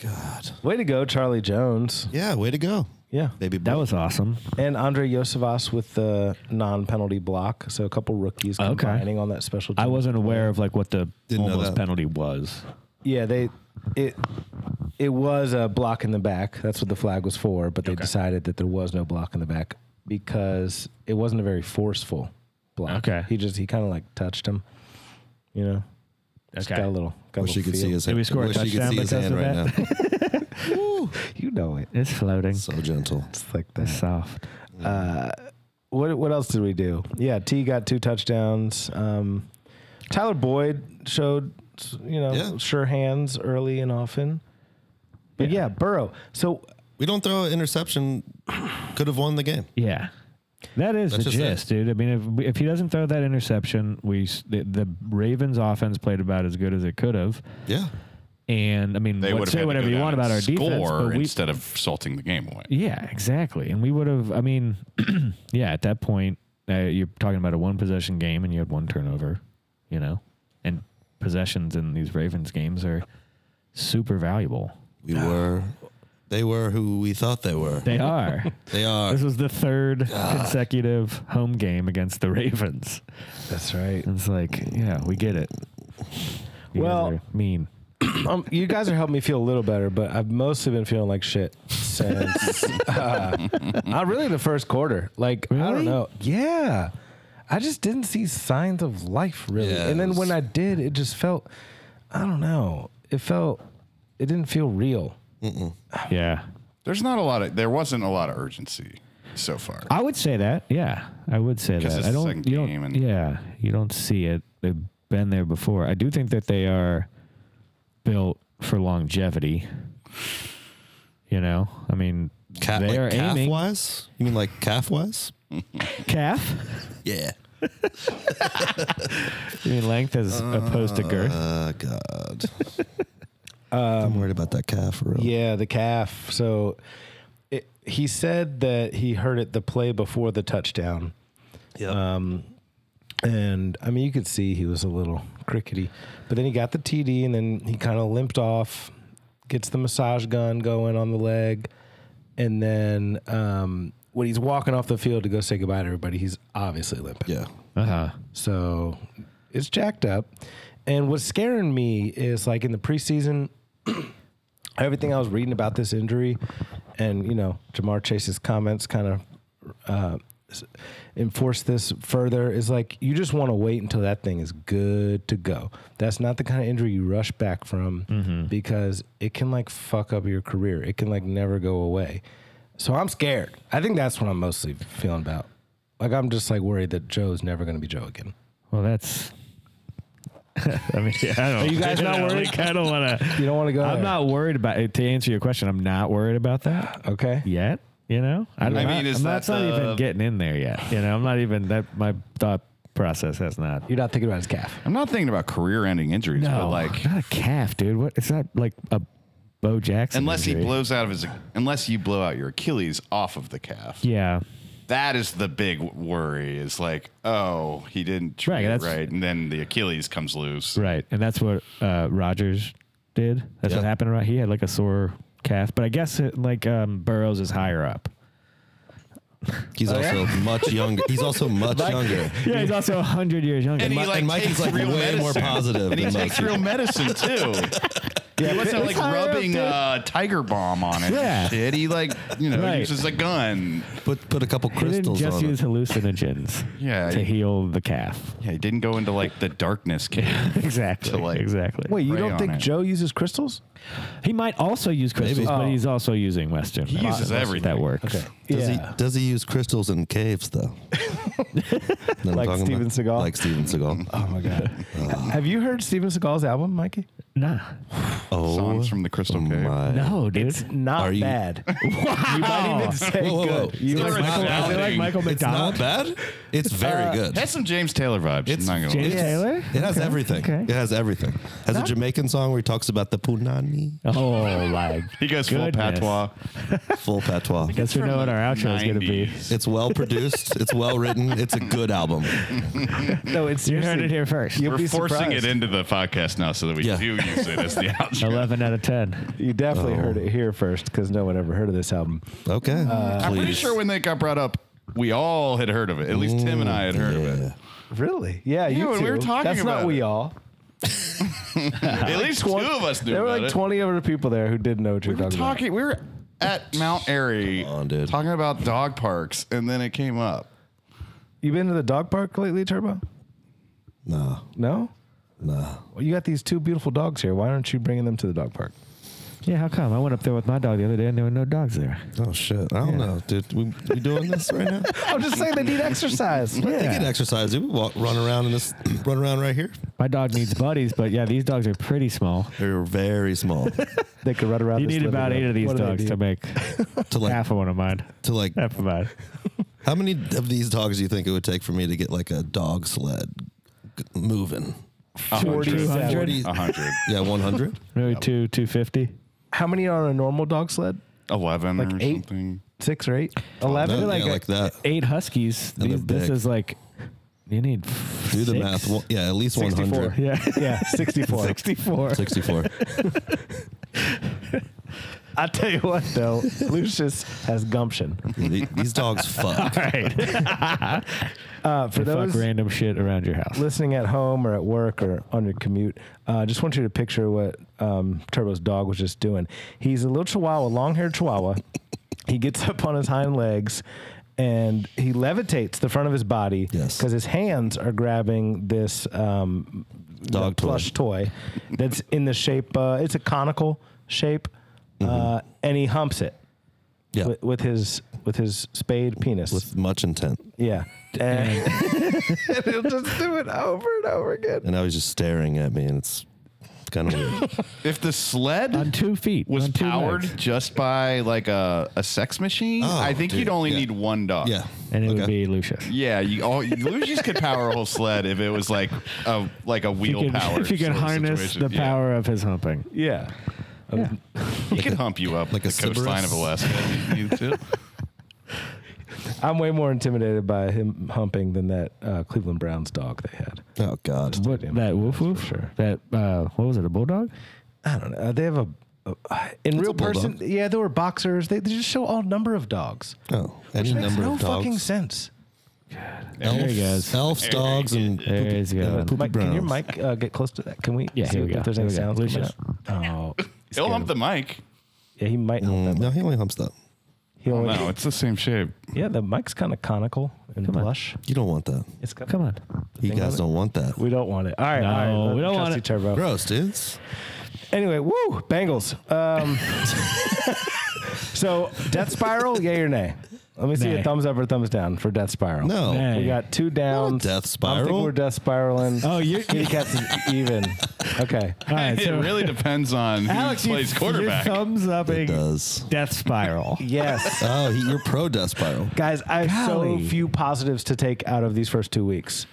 Speaker 3: God.
Speaker 1: Way to go, Charlie Jones.
Speaker 3: Yeah, way to go,
Speaker 1: Yeah.
Speaker 3: baby.
Speaker 2: that was awesome.
Speaker 1: And Andre Yosevas with the non penalty block. So a couple rookies
Speaker 2: Okay.
Speaker 1: combining on that special
Speaker 2: I
Speaker 1: team.
Speaker 2: wasn't aware of like what the
Speaker 3: Didn't know
Speaker 2: almost
Speaker 3: that.
Speaker 2: penalty was.
Speaker 1: Yeah, they it it was a block in the back. That's what the flag was for, but they decided that there was no block in the back because it wasn't a very forceful block.
Speaker 2: Okay.
Speaker 1: He just he kind of like touched him. You know. Just
Speaker 2: Okay.
Speaker 1: got a little got a
Speaker 3: Wish
Speaker 1: little
Speaker 3: you could see
Speaker 1: feel.
Speaker 3: his.
Speaker 2: Did we score a
Speaker 3: wish you could
Speaker 2: touchdown
Speaker 3: see his
Speaker 2: because
Speaker 3: hand
Speaker 2: of
Speaker 3: right now.
Speaker 1: You know it.
Speaker 2: It's floating.
Speaker 3: so gentle.
Speaker 1: It's like
Speaker 2: It's
Speaker 1: that.
Speaker 2: soft.
Speaker 1: Uh, What what else did we do? Yeah, T got two touchdowns. Um Tyler Boyd showed you know
Speaker 3: Yeah.
Speaker 1: sure hands early and often. But yeah, Burrow. So
Speaker 3: We don't throw an interception. Could have won the game.
Speaker 2: Yeah. That is
Speaker 3: That's
Speaker 2: the
Speaker 3: just it.
Speaker 2: gist, dude. I mean, if we- if he doesn't throw that interception, we s- the, the Ravens' offense played about as good as it could have.
Speaker 3: Yeah.
Speaker 2: And I mean,
Speaker 4: They
Speaker 2: what-
Speaker 4: would have had
Speaker 2: say
Speaker 4: to
Speaker 2: whatever
Speaker 4: go
Speaker 2: you
Speaker 4: down
Speaker 2: want
Speaker 4: and
Speaker 2: about our
Speaker 4: score
Speaker 2: defense, but we,
Speaker 4: instead of salting the game away.
Speaker 2: Yeah, exactly. And we would have, I mean, yeah, at that point, uh, you're talking about a one possession game and you had one turnover, you know? And possessions in these Ravens games are super valuable.
Speaker 3: We were. They were who we thought they were.
Speaker 2: They are.
Speaker 3: They are.
Speaker 2: this was the third consecutive home game against the Ravens.
Speaker 1: that's right.
Speaker 2: It's like, yeah, we get it. You guys
Speaker 1: Well-
Speaker 2: are mean.
Speaker 1: Um, you guys are helping me feel a little better, but I've mostly been feeling like shit since uh, not really the first quarter. Like I don't
Speaker 2: Really?
Speaker 1: know. Yeah, I just didn't see signs of life really.
Speaker 3: Yeah,
Speaker 1: and
Speaker 3: it
Speaker 1: then when
Speaker 3: was-
Speaker 1: I did, it just felt I don't know. It felt it didn't feel real.
Speaker 2: Yeah.
Speaker 4: There's not a lot of there wasn't a lot of urgency so far.
Speaker 2: I would say that. Yeah, I would say that.
Speaker 4: it's
Speaker 2: I
Speaker 4: the
Speaker 2: don't.
Speaker 4: second
Speaker 2: You don't
Speaker 4: game and-
Speaker 2: yeah, you don't see it. They've been there before. I do think that they are built for longevity. You know, I mean,
Speaker 3: Ca-
Speaker 2: they
Speaker 3: like
Speaker 2: are
Speaker 3: calf
Speaker 2: aiming
Speaker 3: wise. You mean like calf wise?
Speaker 2: calf.
Speaker 3: Yeah.
Speaker 2: You mean length as opposed to girth?
Speaker 3: Uh, God.
Speaker 2: Um,
Speaker 3: I'm worried about that calf for real.
Speaker 1: Yeah, the calf. So it, he said that he heard it the play before the touchdown. Um,
Speaker 3: Yep.
Speaker 1: And I mean, you could see he was a little crickety, but then he got the TD and then he kind of limped off, gets the massage gun going on the leg. And then um, when he's walking off the field to go say
Speaker 4: Uh.
Speaker 2: Uh-huh.
Speaker 1: goodbye to everybody, he's obviously limping.
Speaker 3: yeah.
Speaker 2: Uh huh.
Speaker 1: So it's jacked up. And what's scaring me is like in the preseason, everything I was reading about this injury, and you know, Jamar Chase's comments kind of uh, s- enforce this further. Is like you just want to wait until that thing is good to go. That's not the kind of injury you rush back from
Speaker 2: Mm-hmm.
Speaker 1: because it can like fuck up your career. It can like never go away. So I'm scared. I think that's what I'm mostly feeling about. Like I'm just like worried that Joe's never going to be Joe again.
Speaker 2: Well, that's. I mean, I don't. Are
Speaker 1: you guys not worried?
Speaker 2: I don't want to.
Speaker 1: You don't want to go.
Speaker 2: I'm
Speaker 1: there.
Speaker 2: not worried about it. To answer your question, I'm not worried about that
Speaker 1: Okay.
Speaker 2: yet. You know, I, don't-
Speaker 4: I mean,
Speaker 2: I-
Speaker 4: is
Speaker 2: I'm
Speaker 4: that
Speaker 2: not, not
Speaker 4: the-
Speaker 2: even getting in there yet. You know, I'm not even that. My thought process has not. Oh,
Speaker 1: You're not thinking about his calf.
Speaker 4: I'm not thinking about career-ending injuries, but like
Speaker 2: not a calf, dude. What? It's not like a Bo Jackson.
Speaker 4: unless he
Speaker 2: injury.
Speaker 4: blows out of his, unless you blow out your Achilles off of the calf,
Speaker 2: Yeah,
Speaker 4: that is the big worry. Is like, oh, he didn't treat
Speaker 2: Right,
Speaker 4: it
Speaker 2: that's-
Speaker 4: right, and then the Achilles comes loose.
Speaker 2: right. And that's what uh, Rogers did. That's what
Speaker 3: Yeah.
Speaker 2: happened. Right, he had like a sore calf, but I guess it, like um, Burrows is higher up. Oh,
Speaker 3: He's also much younger. He's also much younger.
Speaker 2: Yeah, he's also hundred years younger.
Speaker 4: And he,
Speaker 3: Mi-
Speaker 4: like,
Speaker 3: and Mikey's
Speaker 4: takes
Speaker 3: like way
Speaker 4: real
Speaker 3: more
Speaker 4: medicine.
Speaker 3: positive
Speaker 4: And he
Speaker 3: than
Speaker 4: takes
Speaker 3: Mikey.
Speaker 4: real medicine too. he wasn't like
Speaker 2: higher up,
Speaker 4: rubbing
Speaker 2: dude.
Speaker 4: uh, tiger bomb on it.
Speaker 2: Yeah.
Speaker 4: and shit. He like you know
Speaker 2: Right.
Speaker 4: uses a gun.
Speaker 3: Put put a couple
Speaker 2: He didn't
Speaker 3: crystals
Speaker 2: just
Speaker 3: on
Speaker 2: use
Speaker 3: it.
Speaker 2: hallucinogens
Speaker 4: Yeah,
Speaker 2: to
Speaker 4: he-
Speaker 2: heal the calf.
Speaker 4: Yeah, he didn't go into like the darkness cave.
Speaker 2: Exactly.
Speaker 4: To, like-
Speaker 2: exactly.
Speaker 1: Wait, you
Speaker 4: Spray
Speaker 1: don't
Speaker 4: on
Speaker 1: think
Speaker 4: it.
Speaker 1: Joe uses crystals?
Speaker 2: he might also use crystals,
Speaker 3: Maybe.
Speaker 2: but
Speaker 1: Oh.
Speaker 2: he's also using Western. He
Speaker 4: uses everything.
Speaker 2: That works.
Speaker 3: Does
Speaker 1: yeah.
Speaker 3: he does he use crystals in caves though? Know what I'm
Speaker 1: Like
Speaker 3: talking
Speaker 1: Steven Seagal?
Speaker 3: Like Steven Seagal.
Speaker 1: oh my god. Have you heard Steven Seagal's album, Mikey?
Speaker 2: Nah.
Speaker 3: Oh,
Speaker 4: Songs from the Crystal Cave.
Speaker 3: my.
Speaker 2: No, dude.
Speaker 1: It's not
Speaker 3: Are you-
Speaker 1: bad. you might even say
Speaker 3: Whoa, whoa, whoa.
Speaker 1: good. You
Speaker 3: So
Speaker 1: might-
Speaker 3: it's not
Speaker 2: I feel
Speaker 3: outing.
Speaker 2: like Michael
Speaker 3: It's not
Speaker 2: McDonald.
Speaker 3: bad. It's very good.
Speaker 4: That's some James Taylor vibes.
Speaker 3: It's
Speaker 4: I'm not gonna
Speaker 2: Uh, James
Speaker 4: lie.
Speaker 3: it's-
Speaker 2: Taylor?
Speaker 3: It has
Speaker 2: Okay,
Speaker 3: everything.
Speaker 2: okay.
Speaker 3: It has everything. Has a Jamaican song where he talks about the punani,
Speaker 2: Oh my.
Speaker 4: He goes full
Speaker 2: Goodness.
Speaker 4: patois.
Speaker 3: full patois.
Speaker 2: Guess we
Speaker 4: From
Speaker 2: know what
Speaker 4: the
Speaker 2: our outro is gonna be.
Speaker 4: 90s.
Speaker 3: It's well produced. It's well written. It's a good album.
Speaker 1: no, it's
Speaker 2: You heard it here first.
Speaker 1: You'll
Speaker 4: We're
Speaker 1: be
Speaker 4: forcing
Speaker 1: surprised.
Speaker 4: it into the podcast now so that we
Speaker 3: Yeah.
Speaker 4: do use it as the outro.
Speaker 2: Eleven out of ten.
Speaker 1: You definitely
Speaker 3: Oh.
Speaker 1: heard it here first because no one ever heard of this album.
Speaker 3: Okay.
Speaker 2: Uh,
Speaker 4: I'm pretty sure when that got brought up, we all had heard of it. At least Tim and I had heard of it.
Speaker 1: Really? Yeah, you
Speaker 4: when we were
Speaker 1: two.
Speaker 4: talking
Speaker 1: That's not
Speaker 4: about
Speaker 1: we
Speaker 4: it.
Speaker 1: all.
Speaker 4: At least two of us knew
Speaker 1: There were
Speaker 4: about
Speaker 1: like
Speaker 4: it.
Speaker 1: 20 other people there who didn't know what you were
Speaker 4: We were
Speaker 1: talking,
Speaker 4: talking. We were at Mount Airy
Speaker 3: Come on, dude.
Speaker 4: talking about dog parks, and then it came up.
Speaker 1: about. You been to the dog park lately, Turbo?
Speaker 3: no,
Speaker 1: No?
Speaker 3: no.
Speaker 1: Well, you got these two beautiful dogs here. Why aren't you bringing them to the dog park?
Speaker 2: Yeah, how come? I went up there with my dog the other day and there were no dogs there.
Speaker 3: Oh shit. I don't know, dude. We, we doing this right now?
Speaker 1: I'm just saying they need exercise.
Speaker 3: I think it exercise. dude. We walk, run around in this, run around right here.
Speaker 2: My dog needs buddies, but yeah, these dogs are pretty small.
Speaker 3: They're very small.
Speaker 1: They could run around.
Speaker 2: You
Speaker 1: this
Speaker 2: need
Speaker 1: living
Speaker 2: about
Speaker 1: room.
Speaker 2: eight of these
Speaker 1: What do they
Speaker 2: dogs
Speaker 1: do?
Speaker 2: to make
Speaker 3: to like,
Speaker 2: half of one of mine.
Speaker 3: to like,
Speaker 2: Half of mine.
Speaker 3: how many of these dogs do you think it would take for me to get like a dog sled g- moving?
Speaker 1: 47.
Speaker 3: 40
Speaker 4: A hundred.
Speaker 3: Yeah, one hundred.
Speaker 2: Maybe two, two fifty.
Speaker 1: How many are on a normal dog sled?
Speaker 4: Eleven
Speaker 1: Like
Speaker 4: or
Speaker 1: eight?
Speaker 4: something.
Speaker 1: Six or eight? Eleven?
Speaker 3: Oh, yeah,
Speaker 2: like
Speaker 3: like,
Speaker 2: a-
Speaker 3: that.
Speaker 2: Eight huskies.
Speaker 3: And
Speaker 2: These,
Speaker 3: they're
Speaker 2: this
Speaker 3: big.
Speaker 2: is like you need
Speaker 3: Do the math. One- Yeah, at least one
Speaker 1: 64.
Speaker 3: hundred.
Speaker 2: Yeah.
Speaker 1: yeah, 64.
Speaker 2: Sixty-four.
Speaker 3: Sixty-four.
Speaker 1: I tell you what, though, Lucius has gumption.
Speaker 3: The- These dogs fuck.
Speaker 2: All right.
Speaker 1: Uh, for
Speaker 2: Fuck
Speaker 1: those
Speaker 2: random shit around your house.
Speaker 1: listening at home or at work or on your commute, uh, just want you to picture what um, Turbo's dog was just doing. He's a little chihuahua, long haired chihuahua. he gets up on his hind legs and he levitates the front of his body because
Speaker 3: Yes.
Speaker 1: his hands are grabbing this um,
Speaker 3: Dog
Speaker 1: the
Speaker 3: toy.
Speaker 1: plush toy that's in the shape, uh, it's a conical shape, uh, and he humps it.
Speaker 3: Yeah.
Speaker 1: With, with his with his spade penis,
Speaker 3: With much intent.
Speaker 1: yeah, and, and he'll just do it over and over again.
Speaker 3: And now he's just staring at me, and it's kind of weird.
Speaker 4: If the sled
Speaker 2: on two feet.
Speaker 4: was
Speaker 2: on two
Speaker 4: powered
Speaker 2: legs.
Speaker 4: just by like a, a sex machine,
Speaker 3: Oh,
Speaker 4: I think
Speaker 3: dude,
Speaker 4: you'd only
Speaker 3: yeah.
Speaker 4: need one dog.
Speaker 3: yeah.
Speaker 2: and it would
Speaker 3: Okay.
Speaker 2: be Lucius.
Speaker 4: Yeah, you all Lucius could power a whole sled if it was like a like a
Speaker 2: If you
Speaker 4: wheel
Speaker 2: could,
Speaker 4: power.
Speaker 2: if you could
Speaker 4: sort of
Speaker 2: harness
Speaker 4: situation.
Speaker 2: the
Speaker 4: Yeah.
Speaker 2: power of his humping.
Speaker 1: Yeah.
Speaker 2: Yeah.
Speaker 4: he could hump you up
Speaker 3: like
Speaker 4: like
Speaker 3: a
Speaker 4: the coastline
Speaker 3: Cerberus.
Speaker 4: of Alaska. if you needed to.
Speaker 1: I'm way more intimidated by him humping than that uh, Cleveland Browns dog they had.
Speaker 3: Oh God.
Speaker 2: What that woof woof? Sure. That uh, what was it? A bulldog?
Speaker 1: I don't know. Uh, They have a. a- in real
Speaker 3: a
Speaker 1: person,
Speaker 3: bulldog.
Speaker 1: yeah, there were boxers. They, they just show all number of dogs.
Speaker 3: Oh, any
Speaker 1: Makes
Speaker 3: number
Speaker 1: no
Speaker 3: of dogs.
Speaker 1: fucking sense.
Speaker 3: Elf,
Speaker 2: he goes.
Speaker 3: elf's dogs and Mm,
Speaker 2: There is good.
Speaker 3: Uh, poopy
Speaker 1: Uh, Mike, can your
Speaker 3: browns.
Speaker 1: mic uh, get close to that? Can we?
Speaker 2: Yeah,
Speaker 1: see
Speaker 2: here we go.
Speaker 1: If there's
Speaker 2: Here
Speaker 1: any
Speaker 2: we go.
Speaker 1: sounds coming
Speaker 2: Lucius.
Speaker 1: out?
Speaker 2: Oh,
Speaker 4: He'll hump the mic.
Speaker 1: Yeah, he might. help that.
Speaker 3: No, he only humps up.
Speaker 1: He only,
Speaker 4: No, it's the same shape.
Speaker 1: Yeah, the mic's kind of conical and
Speaker 2: Come on.
Speaker 1: plush.
Speaker 3: You don't want that.
Speaker 1: It's got,
Speaker 2: come on.
Speaker 3: You
Speaker 1: thing
Speaker 3: guys
Speaker 1: on
Speaker 3: don't want that.
Speaker 1: We don't want it. All right,
Speaker 2: No,
Speaker 1: all right.
Speaker 2: we don't want
Speaker 1: Trusty
Speaker 2: it.
Speaker 1: Turbo.
Speaker 3: Gross, dudes.
Speaker 1: Anyway, woo, Bengals. Um, so Death Spiral, yay or nay? Let me see
Speaker 2: Nay.
Speaker 1: a thumbs up or thumbs down for Death Spiral.
Speaker 3: No.
Speaker 2: Nah.
Speaker 1: We got two downs.
Speaker 3: Death
Speaker 1: I don't
Speaker 3: Spiral.
Speaker 1: think we're Death Spiraling.
Speaker 2: Oh, you're-
Speaker 1: kitty cats is even. Okay.
Speaker 2: All right,
Speaker 4: It
Speaker 2: so
Speaker 4: really depends on who
Speaker 2: Alex you-
Speaker 4: plays quarterback.
Speaker 2: Your thumbs
Speaker 3: It
Speaker 2: upping
Speaker 3: does.
Speaker 2: death spiral.
Speaker 1: Yes.
Speaker 3: Oh, he, you're pro death spiral.
Speaker 1: Guys, I have so
Speaker 2: Golly.
Speaker 1: few positives to take out of these first two weeks.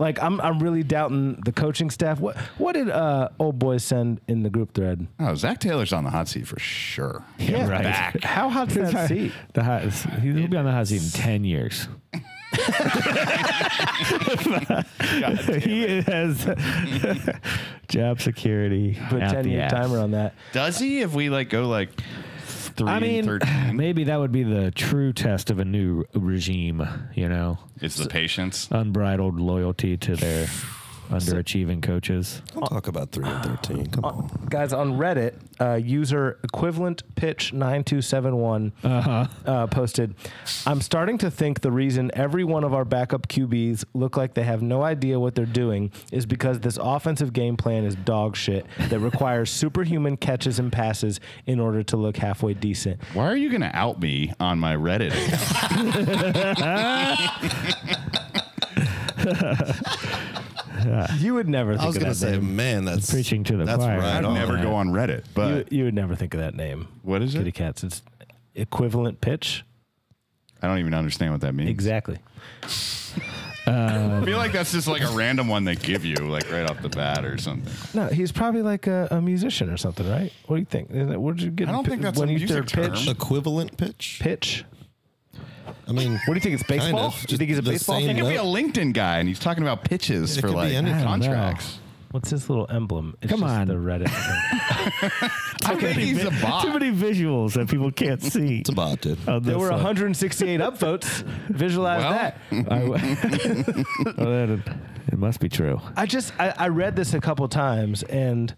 Speaker 1: Like I'm, I'm really doubting the coaching staff. What, what did uh, old boy send in the group thread?
Speaker 4: Oh, Zach Taylor's on the hot seat for sure.
Speaker 1: Yeah,
Speaker 2: right.
Speaker 4: Back.
Speaker 1: How hot's that seat?
Speaker 2: The hot, he'll be on the hot seat in ten years. he has job security.
Speaker 1: Put
Speaker 2: out
Speaker 1: ten
Speaker 2: the
Speaker 1: year
Speaker 2: ass.
Speaker 1: timer on that.
Speaker 4: Does he? If we like go like three
Speaker 2: I mean,
Speaker 4: and thirteen,
Speaker 2: maybe that would be the true test of a new regime. You know,
Speaker 4: it's the patience.
Speaker 2: unbridled loyalty to their underachieving coaches.
Speaker 3: Don't talk about three and thirteen. Come on.
Speaker 1: Guys, on Reddit, uh, user equivalent pitch 9271
Speaker 4: Uh-huh.
Speaker 1: uh, posted I'm starting to think the reason every one of our backup QBs look like they have no idea what they're doing is because this offensive game plan is dog shit that requires superhuman catches and passes in order to look halfway decent.
Speaker 4: Why are you going to out me on my Reddit? account?
Speaker 1: You would never think
Speaker 3: I was
Speaker 1: of
Speaker 3: gonna
Speaker 1: that
Speaker 3: say,
Speaker 1: name.
Speaker 3: man, that's
Speaker 2: Preaching to the
Speaker 3: that's
Speaker 2: choir.
Speaker 3: Right
Speaker 4: I'd
Speaker 3: on.
Speaker 4: never go on Reddit,
Speaker 1: You,
Speaker 4: but
Speaker 1: you would never think of that name.
Speaker 4: what is
Speaker 1: Kitty
Speaker 4: it?
Speaker 1: Cats. It's equivalent pitch.
Speaker 4: I don't even understand what that means.
Speaker 1: Exactly.
Speaker 4: I feel like that's just like a random one they give you, like right off the bat or something.
Speaker 1: No, he's probably like a, a musician or something, right? What do you think? Isn't it- Where did you get?
Speaker 4: I don't
Speaker 1: pi-
Speaker 4: think that's
Speaker 1: when
Speaker 4: a
Speaker 1: you
Speaker 4: music
Speaker 1: third pitch.
Speaker 4: term.
Speaker 3: equivalent pitch.
Speaker 1: Pitch.
Speaker 3: I mean,
Speaker 1: What do you think? It's baseball.
Speaker 3: Kind of,
Speaker 1: you
Speaker 3: just
Speaker 1: think he's a
Speaker 3: the
Speaker 1: baseball?
Speaker 3: same-
Speaker 1: Fan?
Speaker 4: He could be a
Speaker 3: Nope.
Speaker 4: LinkedIn guy, and he's talking about pitches
Speaker 3: It
Speaker 4: for
Speaker 3: could be
Speaker 4: like
Speaker 3: anything.
Speaker 4: contracts.
Speaker 1: What's his little emblem? It's
Speaker 2: Come
Speaker 1: just
Speaker 2: on.
Speaker 1: the Reddit. thing.
Speaker 4: I think he's a bot.
Speaker 2: Too many visuals that people can't see.
Speaker 3: it's a bot, dude.
Speaker 2: on
Speaker 1: there
Speaker 2: this
Speaker 1: were
Speaker 2: one.
Speaker 1: 168 upvotes. Visualize
Speaker 4: Well.
Speaker 1: that.
Speaker 2: I w- Well, that- it must be true.
Speaker 1: I just I, I read this a couple times and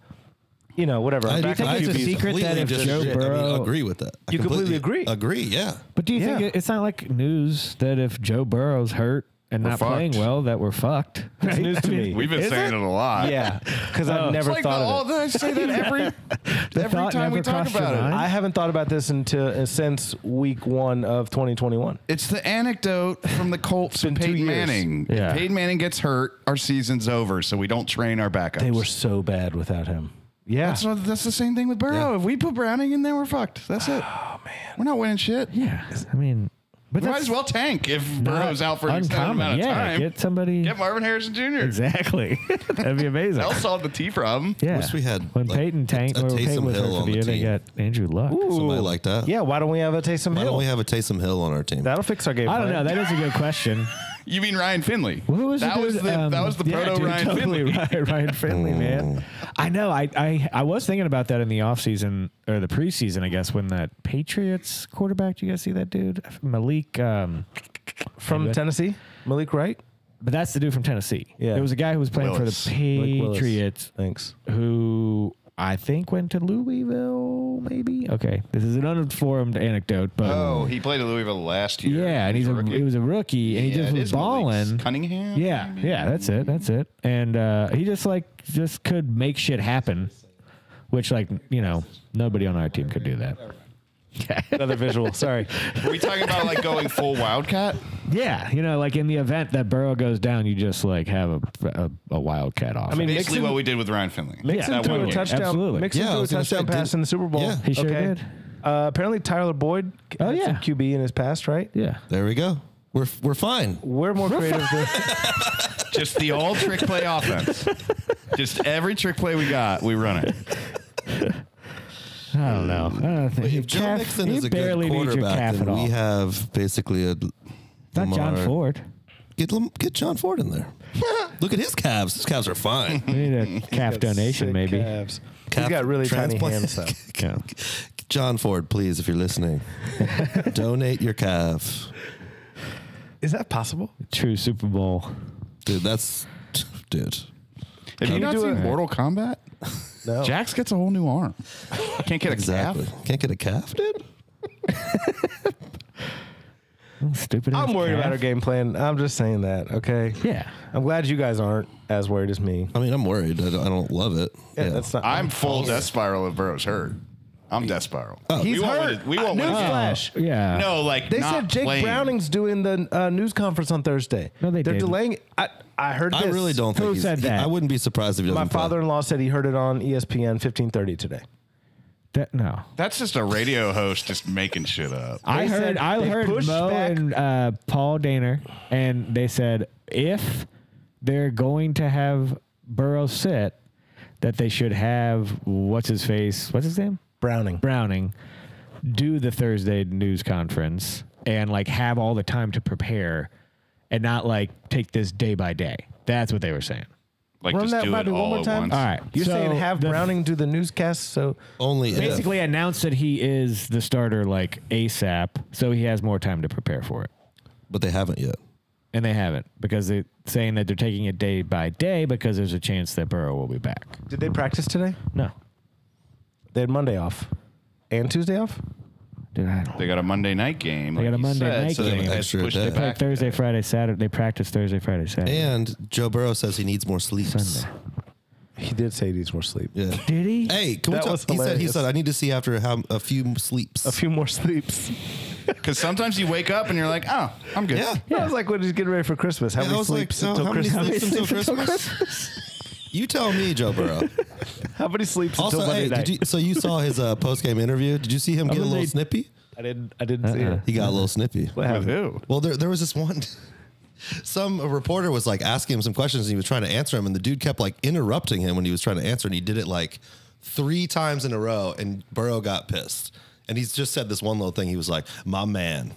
Speaker 1: you know whatever. I'm
Speaker 3: I-
Speaker 1: back
Speaker 2: think
Speaker 1: on
Speaker 3: I
Speaker 2: it's a
Speaker 1: QBs.
Speaker 2: secret
Speaker 3: completely
Speaker 2: that if
Speaker 3: just-
Speaker 2: Joe
Speaker 3: I
Speaker 2: Burrow-
Speaker 3: mean, agree with that. I
Speaker 1: You completely agree.
Speaker 3: Agree, yeah.
Speaker 2: But do you
Speaker 1: Yeah.
Speaker 2: think it, it's not like news that if Joe Burrow's hurt and not
Speaker 4: fucked.
Speaker 2: playing well that we're fucked?
Speaker 1: It's news to me.
Speaker 4: We've been
Speaker 2: Is
Speaker 4: saying it?
Speaker 2: it?
Speaker 4: a lot.
Speaker 1: Yeah, because I've
Speaker 4: It's
Speaker 1: never
Speaker 4: like
Speaker 1: thought
Speaker 4: the,
Speaker 1: of it.
Speaker 4: all the, I say that every every
Speaker 2: thought
Speaker 4: time we
Speaker 2: never
Speaker 4: talk
Speaker 2: crossed your
Speaker 4: about it.
Speaker 2: mind?
Speaker 1: I haven't thought about this until uh, since week one of 2021.
Speaker 4: It's the anecdote from the Colts and
Speaker 1: been two
Speaker 4: Peyton
Speaker 1: years.
Speaker 4: Manning.
Speaker 2: Yeah.
Speaker 4: If Peyton Manning gets hurt, our season's over, so we don't train our backups.
Speaker 1: They were so bad without him. Yeah,
Speaker 4: That's, what- that's the same thing with Burrow. If we put Browning in there, we're fucked. That's it. Oh man, we're not winning shit.
Speaker 2: Yeah. I mean, but
Speaker 4: We might
Speaker 2: that's
Speaker 4: as well tank if
Speaker 2: not
Speaker 4: Burrow's out for an extended
Speaker 2: uncommon.
Speaker 4: amount of
Speaker 2: yeah,
Speaker 4: time.
Speaker 2: Get somebody.
Speaker 4: Get Marvin Harrison Jr.
Speaker 2: exactly. That'd be amazing.
Speaker 4: That'll solve the T problem.
Speaker 2: yeah.
Speaker 3: Wish we had,
Speaker 2: when
Speaker 3: like,
Speaker 2: Peyton tanked
Speaker 3: a
Speaker 2: or Peyton
Speaker 3: Taysom
Speaker 2: was
Speaker 3: Hill
Speaker 2: hurt for
Speaker 3: on
Speaker 2: the
Speaker 3: the
Speaker 2: year, they
Speaker 3: team.
Speaker 2: got Andrew Luck.
Speaker 3: Somebody like that.
Speaker 1: Yeah, why don't we have a Taysom
Speaker 3: Why
Speaker 1: Hill?
Speaker 3: don't we have a Taysom Hill on our team?
Speaker 1: That'll fix our game.
Speaker 2: I don't
Speaker 1: plan.
Speaker 2: know. That is a good question.
Speaker 4: You mean Ryan Finley?
Speaker 2: Well, who was
Speaker 4: that
Speaker 2: the
Speaker 4: was
Speaker 2: dude,
Speaker 4: the
Speaker 2: um,
Speaker 4: that was the
Speaker 2: yeah,
Speaker 4: proto
Speaker 2: dude,
Speaker 4: Ryan
Speaker 2: totally
Speaker 4: Finley. Mm.
Speaker 2: Ryan, Ryan Finley, man. I know. I, I I was thinking about that in the offseason or the preseason, I guess, when that Patriots quarterback. Do you guys see that dude, Malik? Um,
Speaker 1: from
Speaker 2: Anyway.
Speaker 1: Tennessee, Malik Wright.
Speaker 2: but that's the dude from Tennessee.
Speaker 1: Yeah.
Speaker 2: it was a guy who was playing
Speaker 4: Willis.
Speaker 2: for
Speaker 1: Malik
Speaker 2: the
Speaker 1: Willis.
Speaker 2: Patriots,
Speaker 1: Thanks.
Speaker 2: who I think went to Louisville. Maybe. Okay, this is an uninformed anecdote, but
Speaker 4: Oh, he played at Louisville last year.
Speaker 2: yeah, and he's a,
Speaker 4: rookie.
Speaker 2: he was a rookie, and he
Speaker 4: Yeah,
Speaker 2: just
Speaker 4: it
Speaker 2: was
Speaker 4: is Malik's.
Speaker 2: balling.
Speaker 4: Cunningham.
Speaker 2: Yeah, yeah, that's it, that's it. And uh, he just like just could make shit happen, which like you know nobody on our team could do that.
Speaker 1: Another visual. Sorry.
Speaker 4: Are we talking about like going full Wildcat?
Speaker 2: Yeah, you know, like in the event that Burrow goes down, you just like have a a, a wildcat off. I
Speaker 1: mean,
Speaker 4: Basically,
Speaker 1: Mixon-
Speaker 4: what we did with Ryan Finley.
Speaker 1: Mixon
Speaker 4: That
Speaker 1: threw
Speaker 4: one
Speaker 1: a
Speaker 4: game.
Speaker 1: touchdown.
Speaker 2: Absolutely.
Speaker 1: Mixon
Speaker 3: Yeah, I
Speaker 1: threw a
Speaker 3: was gonna
Speaker 1: touchdown
Speaker 3: say,
Speaker 1: pass
Speaker 3: didn't-
Speaker 1: in the Super Bowl.
Speaker 3: yeah.
Speaker 2: He sure did.
Speaker 1: Uh, apparently, Tyler Boyd.
Speaker 2: Oh,
Speaker 1: had some
Speaker 2: yeah.
Speaker 1: QB in his past, right?
Speaker 2: yeah,
Speaker 3: there we go. We're we're fine.
Speaker 1: We're more creative than
Speaker 4: Just the all trick play offense. Just every trick play we got, we run it.
Speaker 2: I don't know. I don't think
Speaker 3: If Joe
Speaker 2: calf-
Speaker 3: Mixon
Speaker 2: you
Speaker 3: is a
Speaker 2: barely
Speaker 3: good
Speaker 2: need your
Speaker 3: quarterback,
Speaker 2: calf at
Speaker 3: then
Speaker 2: all.
Speaker 3: we have basically a
Speaker 2: not John
Speaker 3: Lamar-
Speaker 2: Ford.
Speaker 3: Get Lam- get John Ford in there. Look at his calves. His calves are fine.
Speaker 2: We need a calf donation,
Speaker 1: sick
Speaker 2: maybe.
Speaker 1: Calves. He's
Speaker 3: Calf
Speaker 1: got really tiny
Speaker 3: transplant.
Speaker 1: hands. Though.
Speaker 2: Yeah.
Speaker 3: John Ford, please, if you're listening, donate your calf.
Speaker 1: Is that possible?
Speaker 2: True Super Bowl.
Speaker 3: Dude, that's dude.
Speaker 4: Have you not
Speaker 1: do
Speaker 4: seen
Speaker 1: it.
Speaker 4: Mortal Kombat?
Speaker 1: No.
Speaker 4: Jax gets a whole new arm. Can't get a
Speaker 3: Exactly.
Speaker 4: calf.
Speaker 3: Can't get a calf, dude.
Speaker 2: Stupid.
Speaker 1: I'm
Speaker 2: ass
Speaker 1: worried about
Speaker 2: calf.
Speaker 1: our game plan. I'm just saying that. Okay.
Speaker 2: Yeah.
Speaker 1: I'm glad you guys aren't as worried as me.
Speaker 3: I mean, I'm worried. I don't, I don't love it.
Speaker 1: Yeah, that's not.
Speaker 4: I'm full Death Spiral if Burrow's hurt. I'm Death Spiral. Oh, we
Speaker 1: He's
Speaker 4: won't win
Speaker 1: hurt.
Speaker 4: it- We won't win. it.
Speaker 1: Newsflash.
Speaker 2: Yeah.
Speaker 4: No, like
Speaker 1: They
Speaker 4: not
Speaker 1: said Jake
Speaker 4: playing.
Speaker 1: Browning's doing the uh, news conference on Thursday.
Speaker 2: No, they
Speaker 1: They're
Speaker 2: didn't.
Speaker 1: delaying. it. I I heard.
Speaker 3: I
Speaker 1: this.
Speaker 3: really don't
Speaker 2: Who
Speaker 3: think he's,
Speaker 2: said
Speaker 3: he-
Speaker 2: that?
Speaker 3: I wouldn't be surprised if he doesn't
Speaker 1: My
Speaker 3: play.
Speaker 1: father-in-law said he heard it on E ESPN 15:30 today.
Speaker 2: That, no.
Speaker 4: That's just a radio host just making shit up.
Speaker 2: I
Speaker 1: said
Speaker 2: heard. I
Speaker 1: they
Speaker 2: heard
Speaker 1: pushed
Speaker 2: Mo
Speaker 1: back-
Speaker 2: and uh, Paul Danner, and they said if they're going to have Burrow sit, that they should have what's his face, what's his name,
Speaker 1: Browning.
Speaker 2: Browning, do the Thursday news conference and like have all the time to prepare, and not like take this day by day. That's what they were saying.
Speaker 4: Like
Speaker 1: Run
Speaker 4: just
Speaker 1: that
Speaker 4: do
Speaker 1: by
Speaker 4: it
Speaker 1: me one
Speaker 4: all
Speaker 1: more
Speaker 4: at
Speaker 1: time.
Speaker 4: once.
Speaker 2: All right,
Speaker 1: You're
Speaker 2: so
Speaker 1: saying have
Speaker 2: the-
Speaker 1: Browning do the newscast? So
Speaker 3: Only
Speaker 2: basically announced that he is the starter like ASAP, so he has more time to prepare for it.
Speaker 3: if, but they haven't yet.
Speaker 2: And they haven't because they're saying that they're taking it day by day because there's a chance that Burrow will be back.
Speaker 1: did they practice today?
Speaker 2: No.
Speaker 1: They had Monday off and Tuesday off.
Speaker 2: Dude, I don't.
Speaker 4: They got a Monday night game.
Speaker 2: They got a
Speaker 4: you
Speaker 2: Monday
Speaker 4: said,
Speaker 2: night
Speaker 4: so they
Speaker 2: game.
Speaker 4: had to
Speaker 3: Extra
Speaker 4: push
Speaker 3: day.
Speaker 4: it
Speaker 3: Like
Speaker 2: Play
Speaker 4: back.
Speaker 2: Thursday, Friday, Saturday. They practice Thursday, Friday, Saturday.
Speaker 3: And Joe Burrow says he needs more sleeps.
Speaker 2: Sunday.
Speaker 1: He did say he needs more sleep.
Speaker 3: Yeah.
Speaker 2: Did he?
Speaker 3: Hey, can
Speaker 1: That
Speaker 3: we
Speaker 1: was
Speaker 3: talk? He said. He
Speaker 1: hilarious.
Speaker 3: said I need to see after how, a few sleeps.
Speaker 1: A few more sleeps.
Speaker 4: Because sometimes you wake up and you're like, oh, I'm good.
Speaker 3: Yeah.
Speaker 1: That was like when he's getting ready for Christmas. How
Speaker 3: Yeah, I
Speaker 1: many
Speaker 3: was like,
Speaker 1: sleeps
Speaker 3: so
Speaker 1: until
Speaker 3: how many
Speaker 1: Christmas?
Speaker 3: sleeps until Christmas? you tell me, Joe Burrow.
Speaker 1: How many sleeps
Speaker 3: also,
Speaker 1: until Monday
Speaker 3: hey,
Speaker 1: night?
Speaker 3: did you, so you saw his uh, post game interview? Did you see him get a
Speaker 2: mean,
Speaker 3: little
Speaker 2: they-
Speaker 3: snippy?
Speaker 1: I didn't. I didn't
Speaker 2: Uh-uh.
Speaker 1: see it.
Speaker 3: He got a little snippy.
Speaker 1: What
Speaker 4: With
Speaker 1: happened?
Speaker 4: who?
Speaker 3: Well, there there was this one. Some reporter was like asking him some questions, and he was trying to answer him, and the dude kept like interrupting him when he was trying to answer, and he did it like three times in a row, and Burrow got pissed, and he's just said this one little thing. He was like, "My man."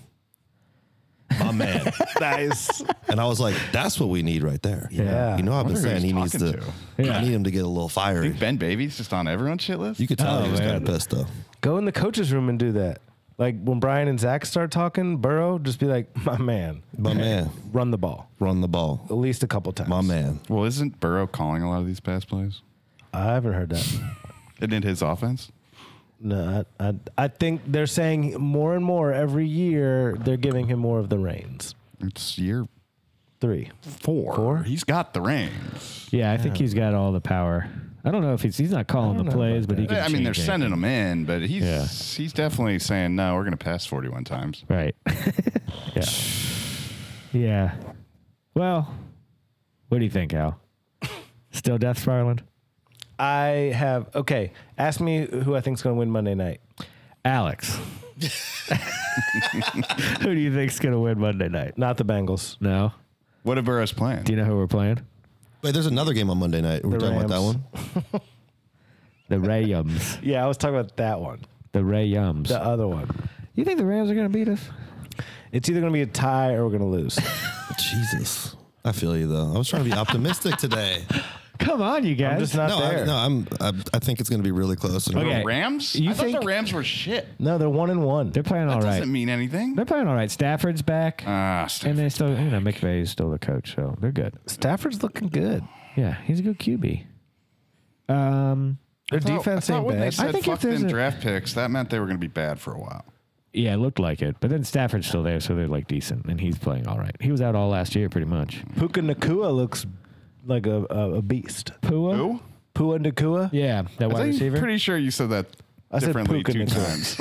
Speaker 3: My man,
Speaker 1: Nice.
Speaker 3: and I was like, "That's what we need right there."
Speaker 1: Yeah.
Speaker 3: you know, I've been
Speaker 4: Wonder who
Speaker 3: saying he
Speaker 4: he's
Speaker 3: needs to.
Speaker 4: talking
Speaker 2: Yeah.
Speaker 3: I need him to get a little fiery.
Speaker 4: Ben Baby's just on everyone's shit list.
Speaker 3: You could tell
Speaker 2: Oh,
Speaker 3: he was kind
Speaker 2: man.
Speaker 3: of pissed though.
Speaker 1: Go in the coaches' room and do that. Like when Brian and Zach start talking, Burrow just be like, "My man,
Speaker 3: My man,
Speaker 1: run the ball
Speaker 3: run the ball.
Speaker 1: at least a couple times."
Speaker 3: My man,
Speaker 4: well, isn't Burrow calling a lot of these pass plays?
Speaker 1: I haven't heard that.
Speaker 4: Isn't it his offense?
Speaker 1: No, I, I, I think they're saying more and more every year. They're giving him more of the reins.
Speaker 4: It's year
Speaker 1: Three.
Speaker 4: four. He's got the reins.
Speaker 2: Yeah, I think he's got all the power. I don't know if he's he's not calling the
Speaker 1: know
Speaker 2: plays,
Speaker 1: about
Speaker 2: but he can.
Speaker 4: I mean, they're
Speaker 2: change it.
Speaker 4: sending him in, but he's
Speaker 2: Yeah.
Speaker 4: he's definitely saying no. We're going to pass forty-one times.
Speaker 2: Right. yeah. Yeah. Well, what do you think, Al? Still Death Spiraling?
Speaker 1: I have okay. Ask me who I think's going to win Monday night.
Speaker 2: Alex. who do you think's going to win Monday night?
Speaker 1: Not the Bengals.
Speaker 2: No.
Speaker 4: What if Burrow's playing?
Speaker 2: Do you know who we're playing?
Speaker 3: wait. There's another game on Monday night. We're
Speaker 1: The
Speaker 3: talking about that
Speaker 1: Rams.
Speaker 3: one.
Speaker 2: The Rams.
Speaker 1: Yeah, I was talking about that one.
Speaker 2: the Rams.
Speaker 1: The other one.
Speaker 2: you think the Rams are going to beat us?
Speaker 1: It's either going to be a tie or we're going to lose.
Speaker 3: Jesus. I feel you though. I was trying to be optimistic today.
Speaker 2: Come on, you guys.
Speaker 1: I'm just not
Speaker 3: no,
Speaker 1: there.
Speaker 3: I, no, I'm. I, I think it's going to be really close. And
Speaker 2: Okay.
Speaker 4: The Rams?
Speaker 2: You
Speaker 4: I thought
Speaker 2: think-
Speaker 4: the Rams were shit.
Speaker 1: No, they're one and one.
Speaker 2: they're playing all
Speaker 4: That
Speaker 2: right.
Speaker 4: doesn't mean anything.
Speaker 2: They're playing all right. Stafford's back.
Speaker 4: Ah,
Speaker 2: and they still, you know, McVay is still the coach, so they're good.
Speaker 1: Stafford's looking good.
Speaker 2: Yeah, he's a good QB. Um,
Speaker 1: Their defense ain't
Speaker 4: When they
Speaker 1: bad.
Speaker 4: said
Speaker 2: I think
Speaker 4: fuck
Speaker 2: if there's
Speaker 4: them
Speaker 2: a-
Speaker 4: draft picks, that meant they were going to be bad for a while.
Speaker 2: Yeah, it looked like it. But then Stafford's still there, so they're like decent, and he's playing all right. He was out all last year, pretty much.
Speaker 1: Puka Nakua looks like a, a, a beast.
Speaker 2: Pua?
Speaker 4: Who?
Speaker 1: Pua Nakua?
Speaker 2: Yeah, that
Speaker 4: I
Speaker 2: wide
Speaker 4: think-
Speaker 2: receiver.
Speaker 4: pretty sure you said that
Speaker 1: I said
Speaker 4: differently
Speaker 1: Puka
Speaker 4: two
Speaker 1: Nakua.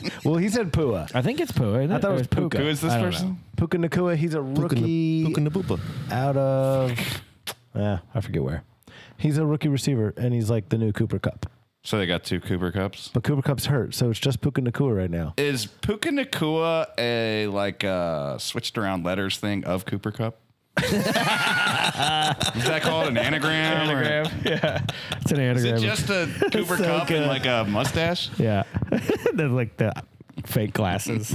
Speaker 4: times.
Speaker 1: Well, he said Pua.
Speaker 2: I think it's Pua. Isn't
Speaker 1: I thought it was Puka.
Speaker 4: Who is this
Speaker 2: I don't
Speaker 4: person?
Speaker 2: know.
Speaker 1: Puka Nakua, he's a
Speaker 3: Puka Na-
Speaker 1: rookie
Speaker 3: Puka Nabupa.
Speaker 1: out of, yeah, I forget where. He's a rookie receiver, and he's like the new Cooper Cup.
Speaker 4: So they got two Cooper Cups.
Speaker 1: But Cooper Cup's hurt, so it's just Puka Nakua right now.
Speaker 4: Is Puka Nakua a like uh, switched around letters thing of Cooper Cup? is that called an anagram? or-
Speaker 2: It's an
Speaker 4: Is
Speaker 2: anagram.
Speaker 4: it just a Cooper
Speaker 2: so
Speaker 4: Cup
Speaker 2: good.
Speaker 4: and like a mustache?
Speaker 2: yeah. They're like the fake glasses,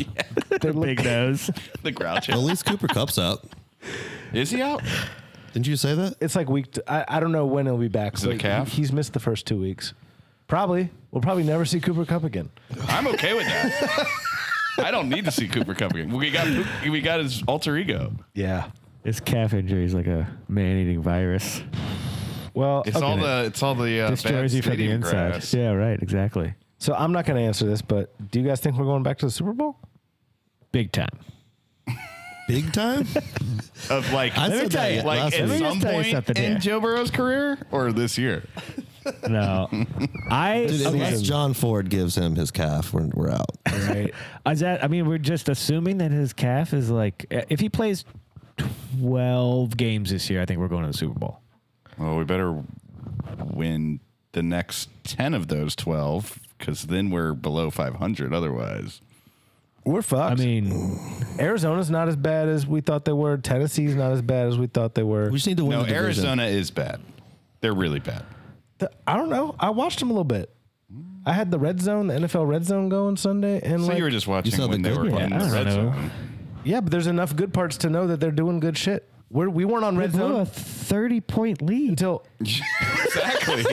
Speaker 2: the big nose.
Speaker 4: The grouch.
Speaker 3: At least Cooper Cup's out.
Speaker 4: Is he out?
Speaker 3: Didn't you say that?
Speaker 1: It's like week. T- I, I don't know when he'll be back.
Speaker 4: Is it a
Speaker 1: but
Speaker 4: calf?
Speaker 1: He, he's missed the first two weeks. Probably. We'll probably never see Cooper Cup again.
Speaker 4: I'm okay with that. I don't need to see Cooper Cup again. We got we got his alter ego.
Speaker 1: Yeah.
Speaker 2: This calf injury is like a man-eating virus.
Speaker 1: Well,
Speaker 4: It's
Speaker 1: okay.
Speaker 4: all the it's all the uh, bad
Speaker 2: Destroys you from the
Speaker 4: stadium
Speaker 2: inside.
Speaker 4: grass.
Speaker 2: Yeah, right. Exactly.
Speaker 1: so I'm not going to answer this, but do you guys think we're going back to the Super Bowl?
Speaker 2: Big time.
Speaker 3: Big time?
Speaker 4: Of like,
Speaker 3: I said that
Speaker 4: like
Speaker 3: last
Speaker 4: at
Speaker 3: week.
Speaker 2: me
Speaker 4: some
Speaker 2: just tell you
Speaker 4: point
Speaker 2: something
Speaker 4: in
Speaker 2: here.
Speaker 4: Joe Burrow's career or this year.
Speaker 2: No, I.
Speaker 3: Dude,
Speaker 2: okay.
Speaker 3: Unless John Ford gives him his calf, we're, we're out.
Speaker 1: Right.
Speaker 2: Is that? I mean, we're just assuming that his calf is like. If he plays twelve games this year, I think we're going to the Super Bowl.
Speaker 4: Well, we better win the next ten of those twelve because then we're below five hundred. Otherwise,
Speaker 1: We're fucked.
Speaker 2: I mean,
Speaker 1: Arizona's not as bad as we thought they were. Tennessee's not as bad as we thought they were.
Speaker 3: We just need to win
Speaker 4: no,
Speaker 3: the division.
Speaker 4: Arizona is bad. They're really bad.
Speaker 1: The- I don't know. I watched them a little bit. I had the red zone, the NFL red zone going Sunday, and
Speaker 4: So
Speaker 1: like,
Speaker 4: you were just watching
Speaker 3: saw the
Speaker 4: when they
Speaker 3: good
Speaker 4: were
Speaker 3: one.
Speaker 4: in
Speaker 2: I
Speaker 4: the
Speaker 2: don't
Speaker 4: red
Speaker 2: know.
Speaker 4: zone.
Speaker 1: yeah, but there's enough good parts to know that they're doing good shit. We're, we weren't on red
Speaker 2: blew a
Speaker 1: zone
Speaker 2: thirty-point lead.
Speaker 1: until
Speaker 4: Exactly.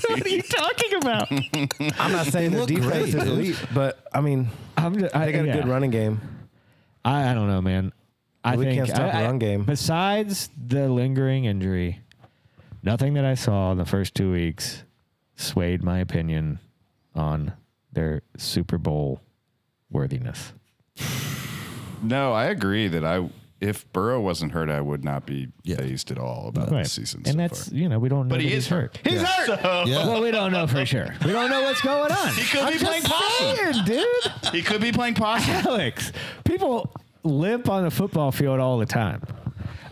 Speaker 2: What are you talking about?
Speaker 1: I'm not saying their
Speaker 3: looked great,
Speaker 1: defense is
Speaker 3: dude.
Speaker 1: elite, but I mean
Speaker 2: I'm just,
Speaker 1: they got a good running game.
Speaker 2: I, I don't know, man. I
Speaker 1: We
Speaker 2: think
Speaker 1: can't stop
Speaker 2: I-
Speaker 1: the
Speaker 2: I-
Speaker 1: run game.
Speaker 2: Besides the lingering injury, nothing that I saw in the first two weeks swayed my opinion on their Super Bowl worthiness.
Speaker 4: No, I agree that I if Burrow wasn't hurt, I would not be
Speaker 3: Yeah.
Speaker 4: phased at all about the season.
Speaker 2: and
Speaker 4: so
Speaker 2: that's
Speaker 4: far.
Speaker 2: you know we don't. know
Speaker 4: but he
Speaker 2: that
Speaker 4: is
Speaker 2: he's hurt.
Speaker 4: hurt. He's hurt.
Speaker 3: Yeah.
Speaker 2: Well, we don't know for sure. We don't know what's going on.
Speaker 4: He could be playing possum.
Speaker 2: Saying, dude,
Speaker 4: He could be playing possum.
Speaker 2: Alex, people limp on the football field all the time.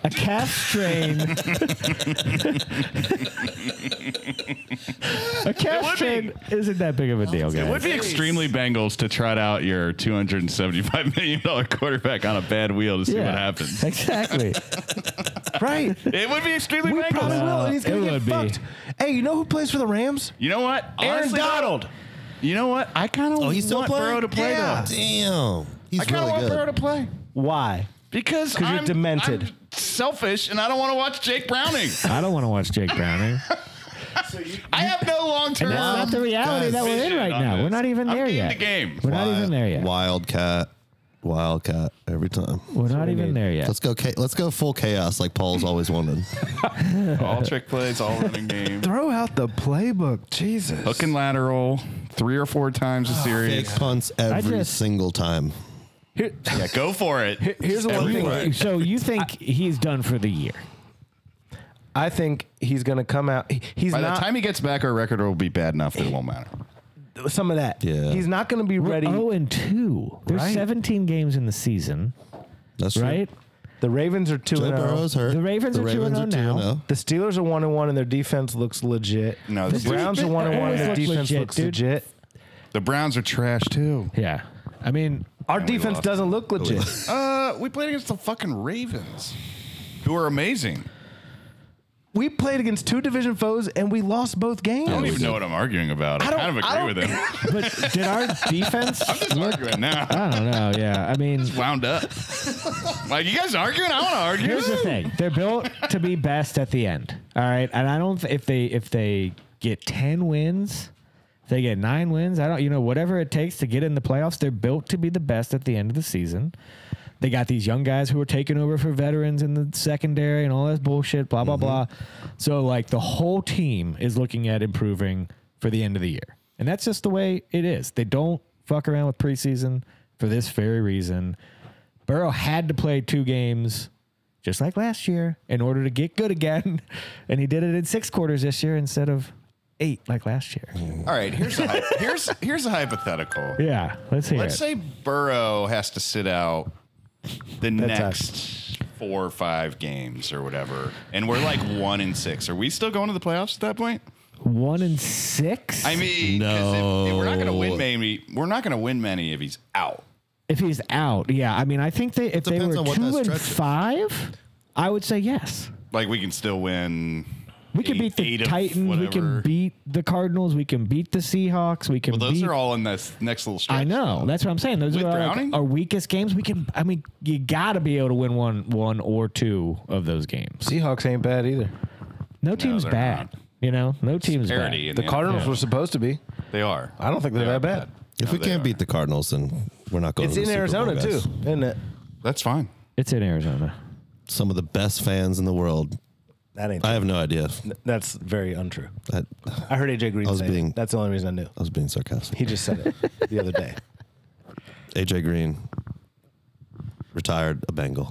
Speaker 2: A calf strain. a calf strain isn't that big of a deal,
Speaker 4: It would
Speaker 2: guys.
Speaker 4: be extremely Bengals to trot out your two hundred and seventy-five million dollar quarterback on a bad wheel to see what happens.
Speaker 2: Exactly.
Speaker 1: Right.
Speaker 4: It would be extremely
Speaker 1: We
Speaker 4: Bengals.
Speaker 1: probably will, and he's gonna
Speaker 2: it
Speaker 1: get
Speaker 2: would be.
Speaker 1: fucked. Hey, you know who plays for the Rams?
Speaker 4: You know what?
Speaker 1: Aaron
Speaker 4: Honestly,
Speaker 1: Donald.
Speaker 4: You know what? I kind of
Speaker 3: Oh, he's still
Speaker 4: want
Speaker 3: playing?
Speaker 4: Burrow to play
Speaker 3: yeah.
Speaker 4: though.
Speaker 3: Damn.
Speaker 4: I
Speaker 3: He's
Speaker 4: kind of
Speaker 3: really
Speaker 4: want Burrow to
Speaker 3: good.
Speaker 4: play
Speaker 1: Why?
Speaker 4: because
Speaker 1: 'Cause you're
Speaker 4: I'm-
Speaker 1: demented.
Speaker 4: I'm selfish, and I don't want to watch Jake Browning.
Speaker 2: I don't want to watch Jake Browning.
Speaker 4: I have no long-term.
Speaker 2: That's not the reality
Speaker 3: guys.
Speaker 2: that we're in right
Speaker 4: on
Speaker 2: now. We're
Speaker 4: this.
Speaker 2: not even
Speaker 4: I'm
Speaker 2: there
Speaker 4: game
Speaker 2: yet.
Speaker 4: to game.
Speaker 2: We're not even there yet.
Speaker 3: Wildcat. Wildcat every time.
Speaker 2: We're not even there yet.
Speaker 3: Let's go. Cha- let's go full chaos like Paul's always wanted.
Speaker 4: all trick plays, all running game.
Speaker 1: Throw out the playbook, Jesus.
Speaker 4: hook and lateral three or four times a
Speaker 3: Fake
Speaker 4: series.
Speaker 3: punts every
Speaker 2: just-
Speaker 3: single time.
Speaker 1: Here-
Speaker 4: Yeah, go for it.
Speaker 1: here's the one
Speaker 4: Every
Speaker 1: thing
Speaker 4: play.
Speaker 2: So you think he's done for the year?
Speaker 1: I think he's going to come out. he- He's
Speaker 4: By the
Speaker 1: not
Speaker 4: time he gets back, our record will be bad enough that it won't matter.
Speaker 1: some of that.
Speaker 3: Yeah.
Speaker 1: He's not going to be ready.
Speaker 2: Oh, and two. There's
Speaker 1: Right.
Speaker 2: 17 games in the season,
Speaker 3: That's true.
Speaker 2: right?
Speaker 1: The Ravens are two
Speaker 3: Joe
Speaker 1: and zero.
Speaker 3: Burrow's uh, hurt.
Speaker 2: The Ravens are 2-0 now.
Speaker 3: 2-0.
Speaker 1: The Steelers are one and one, and their defense looks legit.
Speaker 4: No,
Speaker 1: the
Speaker 4: the
Speaker 1: Browns are
Speaker 2: defense-
Speaker 1: one and one, and their
Speaker 2: always look
Speaker 1: defense
Speaker 2: legit,
Speaker 1: looks
Speaker 2: dude.
Speaker 1: legit.
Speaker 4: The Browns are trash too.
Speaker 2: Yeah. I mean,
Speaker 1: Our
Speaker 4: we
Speaker 1: defense
Speaker 4: lost.
Speaker 1: doesn't
Speaker 3: Oh,
Speaker 1: look legit.
Speaker 4: Uh, we played against the fucking Ravens, who are amazing.
Speaker 1: we played against two division foes, and we lost both games.
Speaker 4: I don't
Speaker 3: we
Speaker 4: even
Speaker 3: did.
Speaker 4: know what I'm arguing about. I,
Speaker 1: I don't-
Speaker 4: kind of
Speaker 1: I
Speaker 4: agree with him.
Speaker 2: but did our defense?
Speaker 4: I'm just arguing now.
Speaker 2: I don't know. Yeah. I mean,
Speaker 4: Wound up. like you guys arguing? I want to argue.
Speaker 2: here's the thing: they're built to be best at the end. All right, and I don't th- if they if they get 10 wins, if they get nine wins. I don't, you know, whatever it takes to get in the playoffs. They're built to be the best at the end of the season. They got these young guys who are taking over for veterans in the secondary and all this bullshit. Blah blah blah. So like the whole team is looking at improving for the end of the year, and that's just the way it is. They don't fuck around with preseason for this very reason. Burrow had to play two games, just like last year, in order to get good again. And he did it in six quarters this year instead of eight like last year.
Speaker 4: All right, here's a hy- here's here's a hypothetical.
Speaker 2: Yeah, let's hear
Speaker 4: Let's
Speaker 2: it.
Speaker 4: say Burrow has to sit out the next four or five games or whatever, and we're like one and six. Are we still going to the playoffs at that point?
Speaker 2: One and six.
Speaker 4: I mean, 'cause if, if we're not going to win many. We're not going to win many if he's out.
Speaker 2: if he's out, yeah. I mean, I think they if they
Speaker 3: Depends
Speaker 2: were
Speaker 3: on what that
Speaker 2: two and
Speaker 3: stretch is.
Speaker 2: five, I would say yes.
Speaker 4: Like we can still win.
Speaker 2: We can
Speaker 4: eight-
Speaker 2: beat the
Speaker 4: eight of
Speaker 2: Titans. We can
Speaker 4: whatever.
Speaker 2: beat the Cardinals. We can beat the Seahawks. We can
Speaker 4: Those
Speaker 2: beat.
Speaker 4: are all in this next little stretch.
Speaker 2: I know. That's what I'm saying. Those
Speaker 4: With
Speaker 2: are like,
Speaker 4: Browning?
Speaker 2: our weakest games. We can. I mean, you got to be able to win one, one or two of those games.
Speaker 1: Seahawks ain't bad either.
Speaker 2: No team's
Speaker 4: they're
Speaker 2: bad.
Speaker 4: not.
Speaker 2: You know, no team's
Speaker 4: Parity in
Speaker 3: Oh,
Speaker 1: The Cardinals were supposed to be.
Speaker 4: They are.
Speaker 1: I don't think they're that bad.
Speaker 3: If we can't beat the Cardinals, then We're not going.
Speaker 1: It's
Speaker 3: to the
Speaker 1: in
Speaker 3: Super Bowl,
Speaker 1: Arizona too,
Speaker 3: guys.
Speaker 1: isn't it?
Speaker 4: That's fine.
Speaker 2: It's in Arizona.
Speaker 3: Some of the best fans in the world.
Speaker 1: That ain't.
Speaker 3: I have no idea.
Speaker 1: that's very untrue.
Speaker 3: I,
Speaker 1: I heard AJ Green
Speaker 3: was
Speaker 1: say it.
Speaker 3: being-
Speaker 1: That's the only reason I knew.
Speaker 3: I was being sarcastic.
Speaker 1: He just said it the other day.
Speaker 3: AJ Green retired a Bengal.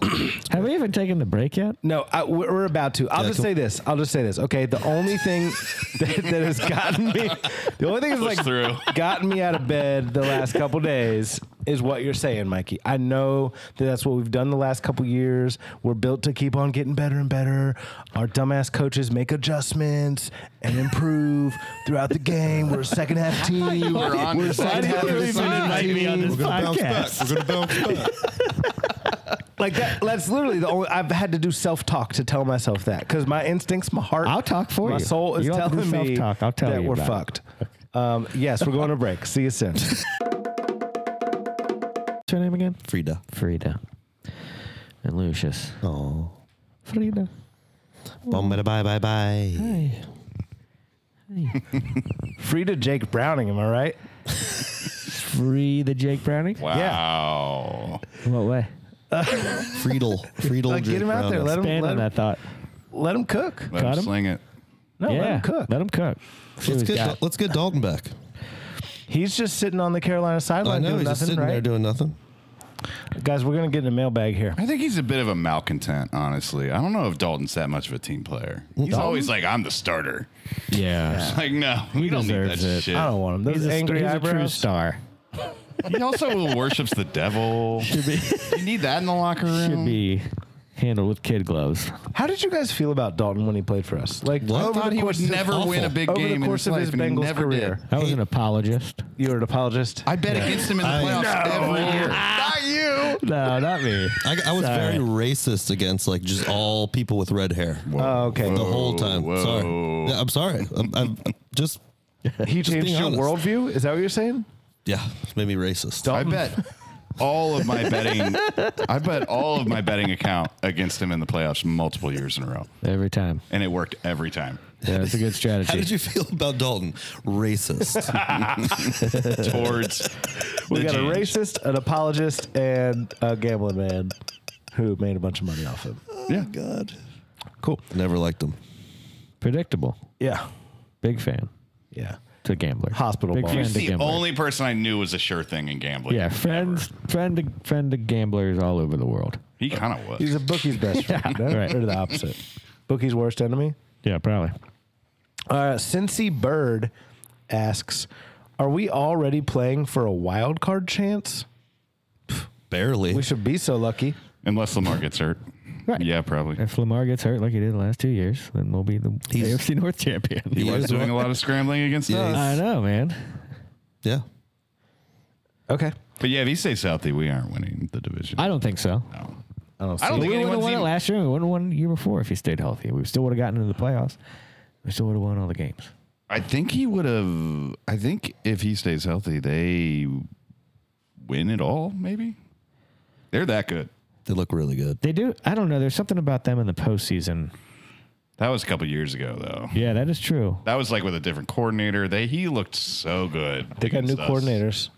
Speaker 2: Have we even taken the break yet?
Speaker 1: No, I, we're we're about to. I'll
Speaker 3: Yeah,
Speaker 1: just
Speaker 3: cool.
Speaker 1: say this. I'll just say this. Okay, the only thing that, that has gotten me, the only thing that's
Speaker 4: Push
Speaker 1: like
Speaker 4: through.
Speaker 1: gotten me out of bed the last couple days is what you're saying, Mikey. I know that that's what we've done the last couple years. We're built to keep on getting better and better. Our dumbass coaches make adjustments and improve throughout the game. We're a second half team.
Speaker 4: were on
Speaker 1: We're
Speaker 4: to
Speaker 1: a second
Speaker 4: something.
Speaker 1: half
Speaker 4: Why do you
Speaker 1: team.
Speaker 4: even invite
Speaker 2: me on this podcast?
Speaker 3: We're gonna bounce back.
Speaker 1: Like that. That's literally the only. I've had to do self talk to tell myself that because my instincts, my heart.
Speaker 2: I'll talk for
Speaker 1: my
Speaker 2: you.
Speaker 1: My soul is
Speaker 2: You don't have to
Speaker 1: telling
Speaker 2: do
Speaker 1: me
Speaker 2: self-talk. I'll tell
Speaker 1: that
Speaker 2: you
Speaker 1: we're
Speaker 2: about it.
Speaker 1: fucked. Um, yes, we're going to break. See you soon.
Speaker 2: What's her name again?
Speaker 3: Frida.
Speaker 2: Frida. And Lucius.
Speaker 3: Oh.
Speaker 2: Frida.
Speaker 3: Bum bada bye bye bye.
Speaker 2: Hey.
Speaker 1: Frida Jake Browning, am I right?
Speaker 2: Free the Jake Browning?
Speaker 4: Wow.
Speaker 2: What way?
Speaker 3: Friedel. Friedel.
Speaker 1: Like, get him out there. Let him,
Speaker 2: Band
Speaker 1: let,
Speaker 2: on
Speaker 1: him,
Speaker 2: that thought.
Speaker 1: let him cook.
Speaker 4: Let
Speaker 2: Got
Speaker 4: him
Speaker 2: him?
Speaker 4: sling it.
Speaker 1: No,
Speaker 2: yeah.
Speaker 1: let him cook.
Speaker 2: Let him cook. See
Speaker 3: Let's
Speaker 2: what he's
Speaker 3: get,
Speaker 2: got.
Speaker 3: let's get Dalton back.
Speaker 1: He's just sitting on the Carolina
Speaker 3: I
Speaker 1: sideline
Speaker 3: know
Speaker 1: doing
Speaker 3: he's just
Speaker 1: nothing,
Speaker 3: sitting there
Speaker 1: right?
Speaker 3: doing nothing.
Speaker 1: Guys, we're going to get in a mailbag here.
Speaker 4: I think he's a bit of a malcontent, honestly. I don't know if Dalton's that much of a team player. He's always like, I'm the starter.
Speaker 2: Yeah.
Speaker 4: Like, no, we don't need that
Speaker 2: deserves it.
Speaker 4: shit.
Speaker 1: I don't want him. Those
Speaker 2: He's a,
Speaker 1: angry
Speaker 2: he's a true
Speaker 1: eyebrows.
Speaker 2: star.
Speaker 4: He also worships the devil. You need that in the locker room.
Speaker 2: Should be handled with kid gloves.
Speaker 1: How did you guys feel about Dalton when he played for us? Like
Speaker 3: What?
Speaker 4: I
Speaker 1: over
Speaker 4: thought
Speaker 1: the
Speaker 4: he
Speaker 1: course
Speaker 4: would
Speaker 1: of-
Speaker 4: never win a big
Speaker 1: over
Speaker 4: game
Speaker 1: the course
Speaker 4: in
Speaker 1: of
Speaker 4: his,
Speaker 1: his
Speaker 4: life, and he
Speaker 1: Bengals
Speaker 4: never
Speaker 1: career.
Speaker 4: did.
Speaker 2: I was an apologist.
Speaker 1: You were an apologist.
Speaker 4: I bet against him in the
Speaker 3: I-
Speaker 4: playoffs every year.
Speaker 1: Ah.
Speaker 4: Not you.
Speaker 2: No, not me.
Speaker 3: I, I was
Speaker 2: Sorry.
Speaker 3: very racist against like just all people with red hair
Speaker 1: Oh, okay.
Speaker 3: the whole time.
Speaker 4: whoa.
Speaker 3: Sorry, yeah, I'm sorry. I'm, I'm just
Speaker 1: He changed
Speaker 3: being
Speaker 1: your
Speaker 3: honest.
Speaker 1: worldview. Is that what you're saying?
Speaker 3: yeah, it's made me racist.
Speaker 4: I bet all of my betting. I bet all of my betting account against him in the playoffs multiple years in a row,
Speaker 2: Every time.
Speaker 4: and it worked every time.
Speaker 2: Yeah, that's a good strategy.
Speaker 3: How did you feel about Dalton? Racist.
Speaker 4: Towards
Speaker 1: We
Speaker 4: the
Speaker 1: got a
Speaker 4: James.
Speaker 1: racist, an apologist, and a gambling man who made a bunch of money off him.
Speaker 4: Yeah.
Speaker 3: Oh God,
Speaker 1: Cool.
Speaker 3: never liked him.
Speaker 2: Predictable.
Speaker 1: Yeah.
Speaker 2: Big fan
Speaker 1: Yeah.
Speaker 2: to gambler.
Speaker 1: Hospital
Speaker 2: Big
Speaker 1: ball.
Speaker 2: fan
Speaker 1: He's
Speaker 2: to
Speaker 4: The
Speaker 2: gambler.
Speaker 4: only person I knew was a sure thing in gambling.
Speaker 2: yeah, friends, friend to friend to gamblers all over the world.
Speaker 4: He kind of was.
Speaker 1: He's a bookie's best friend. no?
Speaker 2: right.
Speaker 1: Or the opposite. Bookie's worst enemy.
Speaker 2: Yeah, probably.
Speaker 1: Uh, Cincy Bird asks, "Are we already playing for a wild card chance?
Speaker 3: Barely.
Speaker 1: We should be so lucky."
Speaker 4: Unless Lamar gets hurt.
Speaker 2: Right.
Speaker 4: Yeah, probably.
Speaker 2: If Lamar gets hurt like he did the last two years, then we'll be the AFC North champion.
Speaker 4: He was
Speaker 3: is
Speaker 4: doing
Speaker 3: what-
Speaker 4: a lot of scrambling against
Speaker 3: Yeah,
Speaker 4: us.
Speaker 2: I know, man.
Speaker 3: yeah.
Speaker 1: Okay.
Speaker 4: But yeah, if he stays healthy, we aren't winning the division.
Speaker 2: I don't think so.
Speaker 4: No.
Speaker 1: I don't see.
Speaker 4: I don't think
Speaker 1: it.
Speaker 2: We wouldn't have
Speaker 4: anyone's
Speaker 2: won it
Speaker 4: even-
Speaker 2: last year. and We wouldn't have won the year before if he stayed healthy. We still would have gotten into the playoffs. We still would have won all the games.
Speaker 4: I think he would have. I think if he stays healthy, they win it all. Maybe they're that good.
Speaker 3: They look really good.
Speaker 2: They do. I don't know. There's something about them in the postseason.
Speaker 4: That was a couple years ago, though.
Speaker 2: Yeah, that is true.
Speaker 4: That was like with a different coordinator. They he looked so good.
Speaker 1: They got new
Speaker 4: against us.
Speaker 1: coordinators.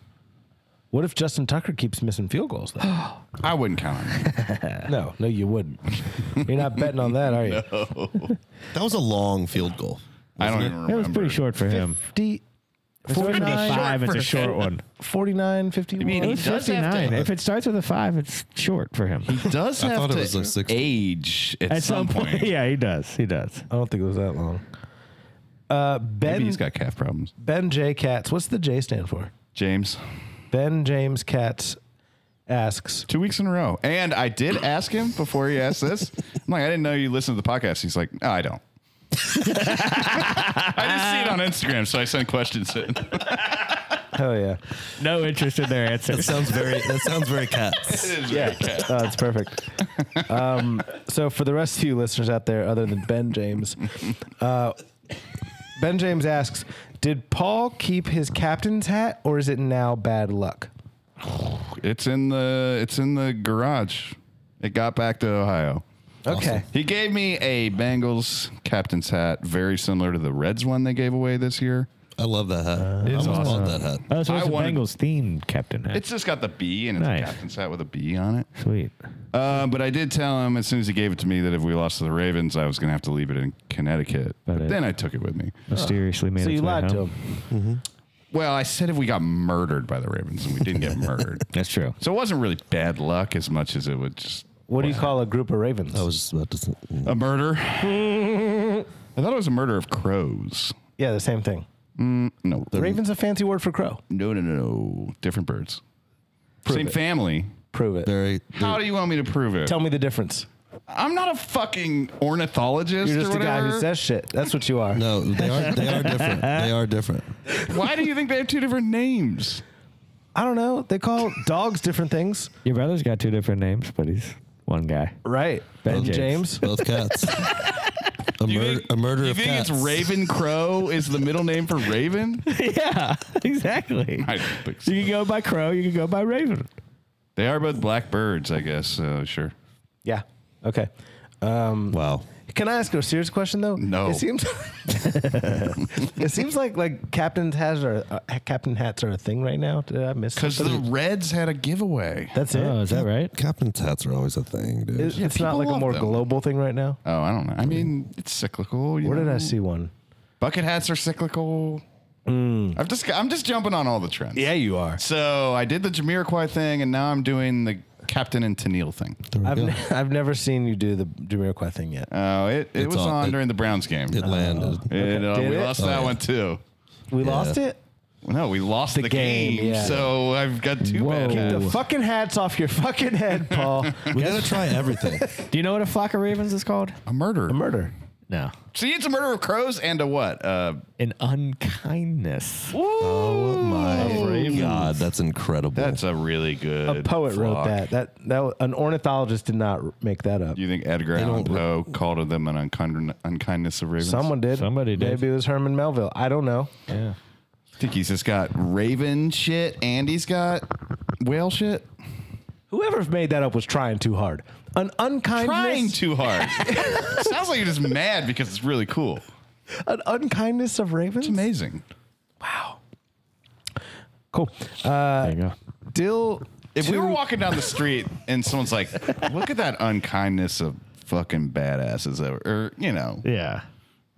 Speaker 1: What if Justin Tucker keeps missing field goals? Though?
Speaker 4: I wouldn't count on him.
Speaker 1: no, no, you wouldn't. You're not betting on that, are you?
Speaker 3: That was a long field goal.
Speaker 4: I don't even remember.
Speaker 2: That was pretty short for him.
Speaker 1: 50,
Speaker 2: Starting with a
Speaker 1: 49,
Speaker 2: five, it's a short one.
Speaker 1: 49, 51.
Speaker 4: mean
Speaker 2: It
Speaker 4: he
Speaker 2: was
Speaker 4: does have to-
Speaker 2: 59. If it starts with a five, it's short for him.
Speaker 4: He does
Speaker 3: I
Speaker 4: have
Speaker 3: thought it
Speaker 4: to
Speaker 3: was like 60.
Speaker 4: age at, some, point.
Speaker 2: yeah, he does. He does.
Speaker 1: I don't think it was that long. Uh,
Speaker 4: Maybe
Speaker 1: ben
Speaker 4: he's got calf problems.
Speaker 1: Ben J Katz. What's the J stand for?
Speaker 4: James,
Speaker 1: Ben James Katz asks.
Speaker 4: two weeks in a row. And I did ask him before he asked this. I'm like, I didn't know you listened to the podcast. He's like, no, I don't. I just see it on Instagram, so I sent questions in.
Speaker 1: Hell yeah,
Speaker 2: No interest in their answer.
Speaker 3: That sounds very. That sounds very cats.
Speaker 1: yeah, oh, that's perfect. Um, so for the rest of you listeners out there, other than Ben James, uh, Ben James asks, did Paul keep his captain's hat, or is it now bad luck?
Speaker 4: It's in the it's in the garage. It got back to Ohio.
Speaker 1: Okay,
Speaker 4: He gave me a Bengals captain's hat, very similar to the Reds one they gave away this year.
Speaker 3: I love that hat. I almost bought that hat.
Speaker 2: Oh, so
Speaker 4: I
Speaker 2: it's a
Speaker 4: wanted-
Speaker 2: Bengals themed captain hat.
Speaker 4: It's just got the B and it's
Speaker 2: Nice.
Speaker 4: a captain's hat with a B on it.
Speaker 2: sweet.
Speaker 4: Uh, but I did tell him as soon as he gave it to me that if we lost to the Ravens, I was going to have to leave it in Connecticut.
Speaker 2: But
Speaker 4: But,
Speaker 2: it-
Speaker 4: then I took it with me.
Speaker 2: Mysteriously made
Speaker 1: So
Speaker 2: its
Speaker 1: you
Speaker 2: way
Speaker 1: lied to
Speaker 2: home.
Speaker 1: him.
Speaker 4: Well, I said if we got murdered by the Ravens, and we didn't get murdered.
Speaker 2: That's true.
Speaker 4: So it wasn't really bad luck as much as it was just
Speaker 1: What do you call a group of ravens?
Speaker 3: I was just about to. Say, mm.
Speaker 4: a murder. I thought it was a murder of crows.
Speaker 1: yeah, the same thing.
Speaker 4: No,
Speaker 1: Raven's a fancy word for crow.
Speaker 4: no, no, no, no. Different birds.
Speaker 1: Prove
Speaker 4: Same
Speaker 1: it.
Speaker 4: family.
Speaker 1: Prove it.
Speaker 3: very.
Speaker 4: How do you want me to prove it?
Speaker 1: Tell me the difference.
Speaker 4: I'm not a fucking ornithologist
Speaker 1: You're just
Speaker 4: or
Speaker 1: a guy
Speaker 4: whatever.
Speaker 1: who says shit. That's what you are.
Speaker 3: No, they are they are different. They are different.
Speaker 4: Why do you think they have two different names?
Speaker 1: I don't know. They call dogs different things,
Speaker 2: Your brother's got two different names, but he's one guy.
Speaker 1: right? Ben
Speaker 2: James.
Speaker 1: James.
Speaker 3: Both cats. A, mur- a murder
Speaker 4: You
Speaker 3: of
Speaker 4: think
Speaker 3: cats.
Speaker 4: it's Raven Crow is the middle name for Raven?
Speaker 2: yeah, exactly.
Speaker 4: I don't think so.
Speaker 2: You can go by Crow. You can go by Raven.
Speaker 4: They are both black birds, I guess. So sure.
Speaker 1: Yeah. Okay. Um,
Speaker 3: Wow.
Speaker 1: Can I ask you a serious question though?
Speaker 4: No.
Speaker 1: It seems. it seems like like captain hats are uh, captain hats are a thing right now. Did I miss?
Speaker 4: Because the
Speaker 1: something?
Speaker 4: Reds had a giveaway.
Speaker 1: that's it.
Speaker 2: Oh,
Speaker 3: Uh,
Speaker 2: is that right?
Speaker 3: Captain's hats are always a thing, dude.
Speaker 1: It- it's not
Speaker 4: people
Speaker 1: like a
Speaker 4: love
Speaker 1: more
Speaker 4: them.
Speaker 1: global thing right now.
Speaker 4: Oh, I don't know. I mean, it's cyclical. you
Speaker 1: Where did
Speaker 4: know?
Speaker 1: I see one?
Speaker 4: Bucket hats are cyclical.
Speaker 1: Hmm.
Speaker 4: I've just I'm just jumping on all the trends.
Speaker 1: you are.
Speaker 4: So I did the Jamiroquai thing, and now I'm doing the Captain and Tennille thing.
Speaker 3: There we
Speaker 1: I've,
Speaker 3: go.
Speaker 1: ne- I've never seen you do the Jamiroquai thing yet.
Speaker 4: Oh, it, it was
Speaker 3: all-
Speaker 4: on
Speaker 3: it-
Speaker 4: during the Browns game.
Speaker 3: it landed.
Speaker 4: And, uh,
Speaker 1: Did
Speaker 4: we
Speaker 1: it?
Speaker 4: lost
Speaker 3: Oh,
Speaker 4: that
Speaker 3: yeah.
Speaker 4: one too.
Speaker 1: We lost it.
Speaker 4: No, we lost the,
Speaker 1: game,
Speaker 4: game.
Speaker 1: yeah.
Speaker 4: So I've got two
Speaker 2: Whoa.
Speaker 4: bad
Speaker 1: The
Speaker 4: hats.
Speaker 1: fucking hats off your fucking head, Paul.
Speaker 3: we gotta try everything.
Speaker 2: Do you know what a flock of ravens is called?
Speaker 4: A murder.
Speaker 1: a murder.
Speaker 2: No.
Speaker 4: See, it's a murder of crows and a what? Uh,
Speaker 2: An unkindness.
Speaker 3: Oh my god, that's incredible.
Speaker 4: that's a really good.
Speaker 1: A poet wrote
Speaker 4: flock.
Speaker 1: that. That that w- an ornithologist did not r- make that up.
Speaker 4: Do you think Edgar Allan Poe called them an unkind, unkindness of ravens?
Speaker 1: Someone did.
Speaker 2: Somebody did.
Speaker 1: Maybe it was Herman Melville. I don't know.
Speaker 2: Yeah.
Speaker 4: I think he's just got raven shit and he's got whale shit.
Speaker 1: Whoever made that up was trying too hard. An unkindness.
Speaker 4: Trying too hard. Sounds like you're just mad because it's really cool.
Speaker 1: An unkindness of ravens.
Speaker 4: It's amazing.
Speaker 1: Cool. Uh,
Speaker 2: There you go.
Speaker 1: Dill.
Speaker 4: If we
Speaker 1: to-
Speaker 4: were walking down the street and someone's like, look at that unkindness of fucking badasses, over," or, you know,
Speaker 2: Yeah.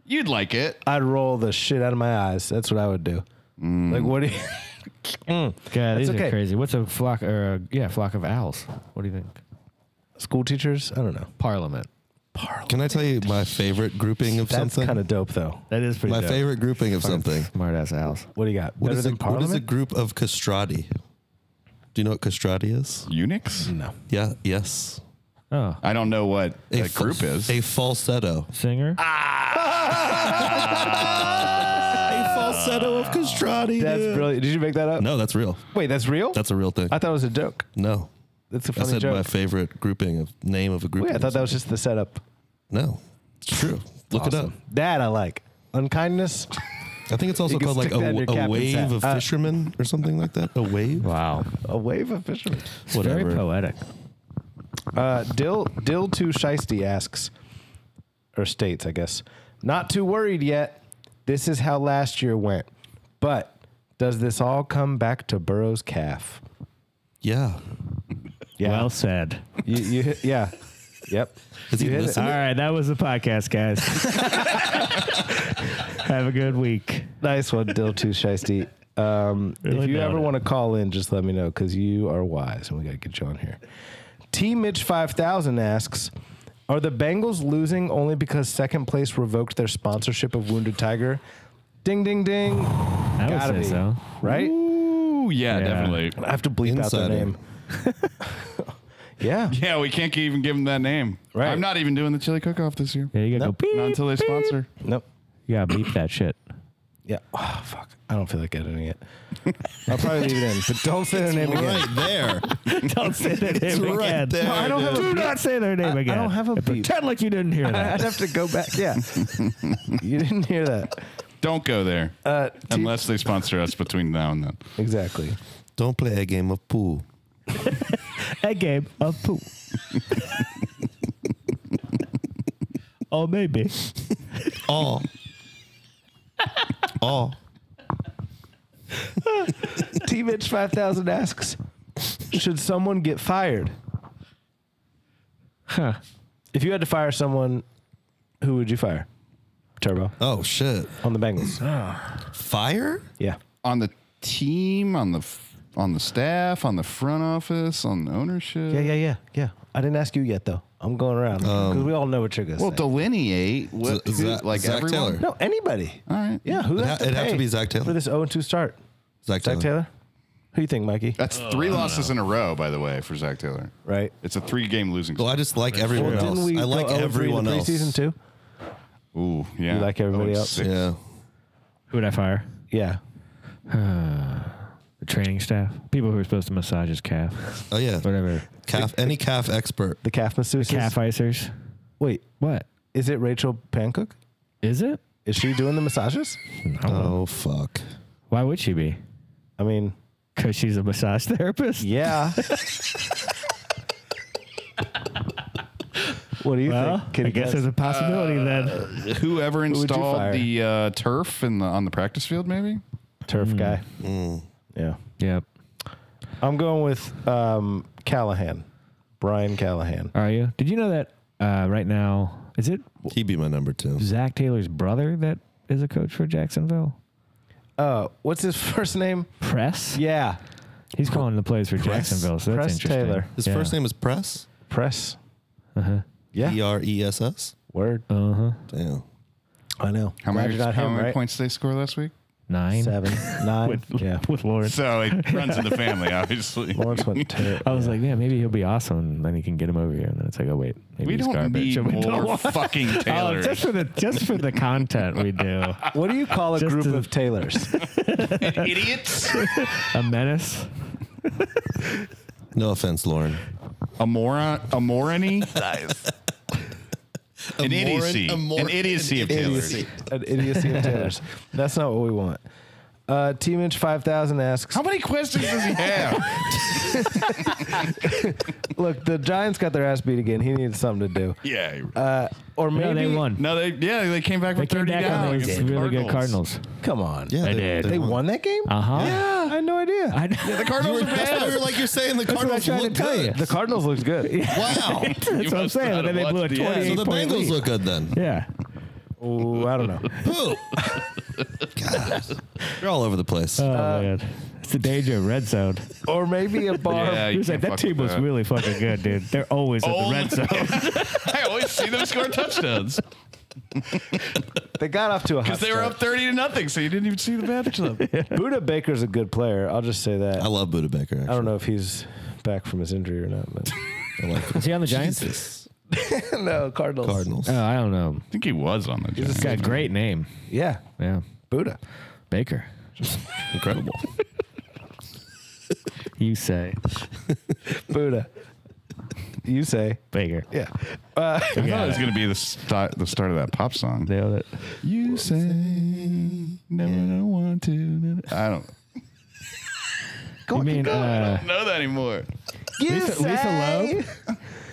Speaker 4: you'd like it.
Speaker 1: I'd roll the shit out of my eyes. That's what I would do.
Speaker 3: Mm.
Speaker 1: Like what? Do you,
Speaker 2: God, these
Speaker 1: okay.
Speaker 2: are crazy. What's a flock or a, yeah, flock of owls? What do you think?
Speaker 1: school teachers? I don't know.
Speaker 2: Parliament.
Speaker 3: Can I tell you my favorite grouping of
Speaker 1: That's
Speaker 3: something?
Speaker 1: kind of dope though.
Speaker 2: That is pretty.
Speaker 3: my favorite grouping of something.
Speaker 2: smart ass owls.
Speaker 1: What do you got?
Speaker 3: What
Speaker 1: Better
Speaker 3: is, a,
Speaker 1: than
Speaker 3: what
Speaker 1: Parliament?
Speaker 3: is a group of castrati? Do you know what castrati is?
Speaker 4: Eunuchs?
Speaker 1: no.
Speaker 3: Yeah, yes.
Speaker 2: Oh,
Speaker 4: I don't know what a
Speaker 3: fa-
Speaker 4: group is.
Speaker 3: A falsetto.
Speaker 2: singer.
Speaker 3: a falsetto of castrati.
Speaker 1: That's
Speaker 3: dude.
Speaker 1: brilliant. Did you make that up?
Speaker 3: No, that's real.
Speaker 1: Wait, that's real.
Speaker 3: That's a real thing.
Speaker 1: I thought it was a joke.
Speaker 3: no.
Speaker 1: That's a
Speaker 3: I
Speaker 1: funny
Speaker 3: said
Speaker 1: joke.
Speaker 3: my favorite grouping of name of a group.
Speaker 1: Wait, I thought that was just the setup.
Speaker 3: No. It's true. Look it up.
Speaker 1: That I like. Unkindness.
Speaker 3: I think it's also
Speaker 1: You can
Speaker 3: called like
Speaker 1: stick that in your
Speaker 3: a, a
Speaker 1: captain's
Speaker 3: wave
Speaker 1: hat.
Speaker 3: of
Speaker 1: Uh,
Speaker 3: fishermen or something like that. A wave?
Speaker 2: Wow,
Speaker 1: A wave of fishermen.
Speaker 2: it's very poetic.
Speaker 1: Uh, Dill Dill Two Shiesty asks, or states, I guess. Not too worried yet. This is how last year went, but does this all come back to Burrow's calf?
Speaker 3: Yeah.
Speaker 1: Yeah.
Speaker 2: Well said.
Speaker 1: you, you hit, yeah. Yep.
Speaker 3: Is he
Speaker 1: You hit it.
Speaker 2: All
Speaker 3: listening?
Speaker 2: right, that was the podcast, guys. Have a good week.
Speaker 1: Nice one, Dill Two Shiesty. Um,
Speaker 2: Really
Speaker 1: if you
Speaker 2: nailed
Speaker 1: ever
Speaker 2: it.
Speaker 1: want to call in, just let me know because you are wise and we got to get you on here. T Mitch 5000 asks Are the Bengals losing only because second place revoked their sponsorship of Wounded Tiger? Ding, ding, ding.
Speaker 2: I would
Speaker 1: Gotta
Speaker 2: say
Speaker 1: be.
Speaker 2: so.
Speaker 1: Right?
Speaker 4: Ooh, yeah,
Speaker 2: Yeah.
Speaker 4: definitely.
Speaker 1: I have to bleep out
Speaker 3: Insider.
Speaker 1: their name. yeah.
Speaker 4: Yeah, we can't even give them that name.
Speaker 1: Right.
Speaker 4: I'm not even doing the chili cook off this year.
Speaker 2: Yeah, you gotta
Speaker 1: Nope.
Speaker 2: go beep.
Speaker 4: Not until they sponsor.
Speaker 1: Nope.
Speaker 2: You gotta beep that shit.
Speaker 1: Yeah. Oh, fuck. I don't feel like editing it. I'll probably leave it in, but don't say their name again.
Speaker 3: Right there.
Speaker 2: Don't say their name
Speaker 3: right
Speaker 2: again.
Speaker 3: there,
Speaker 1: I don't have a
Speaker 2: Do
Speaker 1: beep.
Speaker 2: not say their name
Speaker 1: I
Speaker 2: again.
Speaker 1: don't have a
Speaker 2: And
Speaker 1: beep.
Speaker 2: Pretend like you didn't hear
Speaker 1: I'd
Speaker 2: that.
Speaker 1: have to go back. Yeah. you didn't hear that.
Speaker 4: Don't go there.
Speaker 1: Uh, T-
Speaker 4: unless they sponsor us between now and then.
Speaker 1: Exactly.
Speaker 3: Don't play a game of pool.
Speaker 2: a game of poo. oh, maybe.
Speaker 3: Oh. All. All.
Speaker 1: T Mitch 5000 asks Should someone get fired?
Speaker 2: Huh.
Speaker 1: If you had to fire someone, who would you fire? Turbo
Speaker 3: Oh shit!
Speaker 1: on the Bengals.
Speaker 3: Fire?
Speaker 1: Yeah.
Speaker 4: on the team, on the f- on the staff, on the front office, on ownership.
Speaker 1: Yeah, yeah, yeah, yeah. I didn't ask you yet, though. I'm going around
Speaker 3: Um,
Speaker 1: because we all know what you're going to
Speaker 4: Well,
Speaker 1: say.
Speaker 4: delineate what
Speaker 3: Z-
Speaker 4: who-
Speaker 3: Zach-
Speaker 4: like
Speaker 3: Zach
Speaker 4: everyone.
Speaker 3: Taylor.
Speaker 1: no, anybody.
Speaker 4: All right.
Speaker 1: Yeah, who
Speaker 3: It'd
Speaker 1: has
Speaker 3: ha- it'd have to
Speaker 1: pay
Speaker 3: be Zach Taylor.
Speaker 1: for this 0 2 start?
Speaker 3: Zach,
Speaker 1: Zach Taylor. Who you think, Mikey?
Speaker 4: That's three losses in a row, by the way, for Zach Taylor.
Speaker 1: Right.
Speaker 4: It's a three-game losing.
Speaker 3: Well, I just like everyone
Speaker 1: Didn't
Speaker 3: else.
Speaker 1: we
Speaker 3: I like
Speaker 1: go 0-3 in the
Speaker 3: everyone else.
Speaker 1: Preseason too.
Speaker 4: Ooh, yeah.
Speaker 1: You like everybody
Speaker 4: Oh, it's
Speaker 1: else?
Speaker 4: six.
Speaker 3: Yeah.
Speaker 2: Who would I fire?
Speaker 1: Yeah.
Speaker 2: Uh, The training staff, people who are supposed to massage his calf,
Speaker 3: Oh yeah.
Speaker 2: whatever.
Speaker 3: Calf. Any calf expert.
Speaker 1: The calf masseuses.
Speaker 2: Calf icers.
Speaker 1: Wait,
Speaker 2: What
Speaker 1: is it Rachel Pancook?
Speaker 2: is it?
Speaker 1: Is she doing the massages?
Speaker 3: Oh fuck.
Speaker 2: Why would she be?
Speaker 1: I mean,
Speaker 2: Because she's a massage therapist.
Speaker 1: yeah. what do you
Speaker 2: Well,
Speaker 1: think? uh,
Speaker 2: I guess there's a possibility then.
Speaker 4: Whoever
Speaker 1: would you fire?
Speaker 4: installed the uh, turf in the on the practice field, maybe.
Speaker 1: turf
Speaker 2: Hmm.
Speaker 1: guy.
Speaker 3: Mm.
Speaker 1: Yeah.
Speaker 2: Yep.
Speaker 1: I'm going with um, Callahan, Brian Callahan.
Speaker 2: Are you? Did you know that uh, right now is it
Speaker 3: He'd be my number two.
Speaker 2: Zach Taylor's brother that is a coach for Jacksonville?
Speaker 1: Uh, what's his first name?
Speaker 2: Press.
Speaker 1: Yeah,
Speaker 2: He's calling the plays for Jacksonville, so that's
Speaker 1: Press
Speaker 2: interesting.
Speaker 1: Taylor.
Speaker 3: His
Speaker 2: Yeah.
Speaker 3: first name is Press.
Speaker 1: Press.
Speaker 2: Uh-huh.
Speaker 1: Yeah,
Speaker 3: E R E S S.
Speaker 1: word.
Speaker 2: Uh-huh.
Speaker 3: Damn.
Speaker 1: I know.
Speaker 4: How
Speaker 1: Glad
Speaker 4: many,
Speaker 1: you're not
Speaker 4: how
Speaker 1: him,
Speaker 4: many
Speaker 1: right?
Speaker 4: points did they score last week?
Speaker 2: Nine.
Speaker 1: Seven, nine. yeah,
Speaker 2: With Lawrence.
Speaker 4: So it runs in the family, obviously.
Speaker 1: Lawrence went. Ter-
Speaker 2: I was like, yeah, maybe he'll be awesome, and then he can get him over here. And then it's like, oh wait, maybe
Speaker 4: we
Speaker 2: he's
Speaker 4: don't
Speaker 2: garbage.
Speaker 4: need
Speaker 2: and we don't
Speaker 4: more
Speaker 2: want-
Speaker 4: fucking
Speaker 2: Oh,
Speaker 4: Taylors.
Speaker 2: just for the just for the content we do.
Speaker 1: what do you call a
Speaker 2: Just
Speaker 1: group
Speaker 2: to-
Speaker 1: of Taylors?
Speaker 4: idiots.
Speaker 2: A menace.
Speaker 3: No offense, Lauren.
Speaker 4: Amora, Amorany. nice. An
Speaker 3: Amorin-
Speaker 4: idiocy.
Speaker 3: Amor-
Speaker 4: an idiocy of
Speaker 3: an
Speaker 4: Taylors.
Speaker 3: idiocy.
Speaker 1: An idiocy of Taylors. That's not what we want. Uh, Team Inch Five Thousand asks.
Speaker 4: How many questions does he have?
Speaker 1: Look, the Giants got their ass beat again. He needed something to do.
Speaker 4: yeah.
Speaker 1: Uh, or maybe
Speaker 2: No, they won.
Speaker 4: no, they yeah they came back
Speaker 2: They
Speaker 4: with
Speaker 2: came
Speaker 4: thirty
Speaker 2: back
Speaker 4: down.
Speaker 2: on those
Speaker 4: against the
Speaker 2: really good Cardinals.
Speaker 1: Come on.
Speaker 3: Yeah,
Speaker 2: They did.
Speaker 1: They won that game?
Speaker 2: Uh huh.
Speaker 1: Yeah. I had no idea.
Speaker 2: I know.
Speaker 4: The Cardinals are
Speaker 3: That's what
Speaker 4: bad.
Speaker 3: you're like you're saying the
Speaker 2: what I
Speaker 3: Cardinals
Speaker 2: tried to
Speaker 3: look
Speaker 2: tell
Speaker 3: good.
Speaker 1: the Cardinals looked good.
Speaker 3: Wow.
Speaker 2: That's what I'm
Speaker 4: must
Speaker 2: saying.
Speaker 4: not
Speaker 2: And then
Speaker 4: have
Speaker 2: they blew a
Speaker 4: watched the end.
Speaker 2: 28
Speaker 3: so the
Speaker 2: point
Speaker 3: Bengals
Speaker 2: lead.
Speaker 3: look good then.
Speaker 2: Yeah.
Speaker 1: Ooh, I don't know.
Speaker 3: Poop. God. You're all over the place.
Speaker 2: Oh man, it's the danger of red zone.
Speaker 1: Or maybe a bar.
Speaker 4: Yeah,
Speaker 2: He
Speaker 4: you
Speaker 2: was like,
Speaker 4: can't
Speaker 2: that
Speaker 4: fuck
Speaker 2: team
Speaker 4: with
Speaker 2: was
Speaker 4: that.
Speaker 2: really fucking good, dude. They're always at the
Speaker 4: Oh,
Speaker 2: red zone.
Speaker 4: I always see them score touchdowns
Speaker 1: They got off to a hot
Speaker 4: because they were up
Speaker 1: start.
Speaker 4: thirty to nothing, so you didn't even see the matchup.
Speaker 1: Buda Baker's a good player. I'll just say that.
Speaker 3: I
Speaker 1: I
Speaker 3: love Buda Baker. Actually.
Speaker 1: don't know if he's back from his injury or not. But
Speaker 3: I like him.
Speaker 2: Is he on the Giants?
Speaker 3: Jesus.
Speaker 1: no, Cardinals.
Speaker 3: Cardinals.
Speaker 2: Oh, I don't know.
Speaker 4: I think he was on the
Speaker 2: He's
Speaker 4: Giants.
Speaker 2: got a great name.
Speaker 1: Yeah,
Speaker 2: Yeah.
Speaker 1: Buda.
Speaker 2: Baker.
Speaker 3: Incredible.
Speaker 2: You say.
Speaker 1: Buda. You say.
Speaker 2: Baker.
Speaker 1: Yeah. Uh,
Speaker 4: I thought it was going to be the, st- the start of that pop song.
Speaker 2: Nailed it.
Speaker 4: You say no, I don't want to. no, no." I don't.
Speaker 1: Go
Speaker 2: You
Speaker 1: on,
Speaker 2: mean,
Speaker 1: keep going.
Speaker 2: uh,
Speaker 4: know that anymore.
Speaker 1: you
Speaker 2: Lisa- Lisa
Speaker 1: say-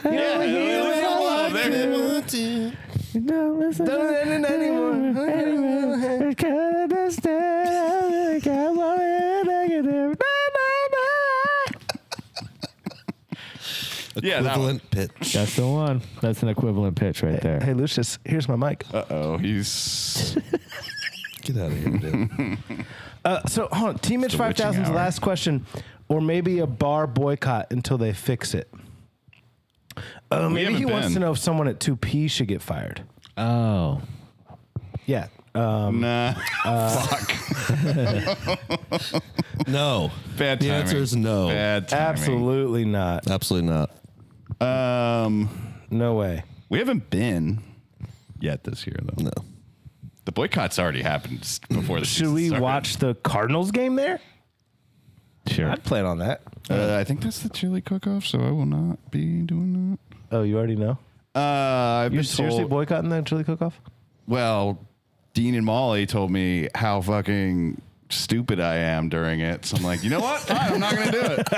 Speaker 4: Yeah,
Speaker 1: he was
Speaker 4: no,
Speaker 1: on
Speaker 4: there it is.
Speaker 2: no, listen.
Speaker 1: Don't end it anymore.
Speaker 4: Yeah, that one.
Speaker 3: Equivalent pitch.
Speaker 2: That's the one. That's an equivalent pitch right there.
Speaker 1: Hey, Lucius, here's my mic.
Speaker 4: Uh oh, he's
Speaker 3: Get out of here, dude.
Speaker 1: Uh, so, hold on. Team Mitch
Speaker 4: the witching
Speaker 1: 5000's
Speaker 4: hour.
Speaker 1: last question, or maybe a bar boycott until they fix it. Uh, maybe
Speaker 4: haven't
Speaker 1: he wants
Speaker 4: been.
Speaker 1: to know if someone at 2P should get fired.
Speaker 2: Oh.
Speaker 1: Yeah. Uh,
Speaker 4: nah.
Speaker 3: No.
Speaker 4: Bad
Speaker 3: The
Speaker 4: timing.
Speaker 3: answer is no.
Speaker 4: Bad timing.
Speaker 1: absolutely not.
Speaker 3: Absolutely not.
Speaker 4: Um,
Speaker 1: No way.
Speaker 4: we haven't been yet this year though.
Speaker 3: No.
Speaker 4: The boycott's already happened s- before the
Speaker 1: Should
Speaker 4: season
Speaker 1: we
Speaker 4: started.
Speaker 1: watch the Cardinals game there?
Speaker 2: Sure.
Speaker 1: I'd plan on that.
Speaker 4: Uh, I think that's the chili cook-off, so I will not be doing
Speaker 1: Oh, you already know?
Speaker 4: that. Uh, I've
Speaker 1: You're
Speaker 4: been
Speaker 1: seriously
Speaker 4: told.
Speaker 1: boycotting the chili cook off?
Speaker 4: well, Dean and Molly told me how fucking stupid I am during it. So I'm like, you know what? Fine, I'm not gonna do it.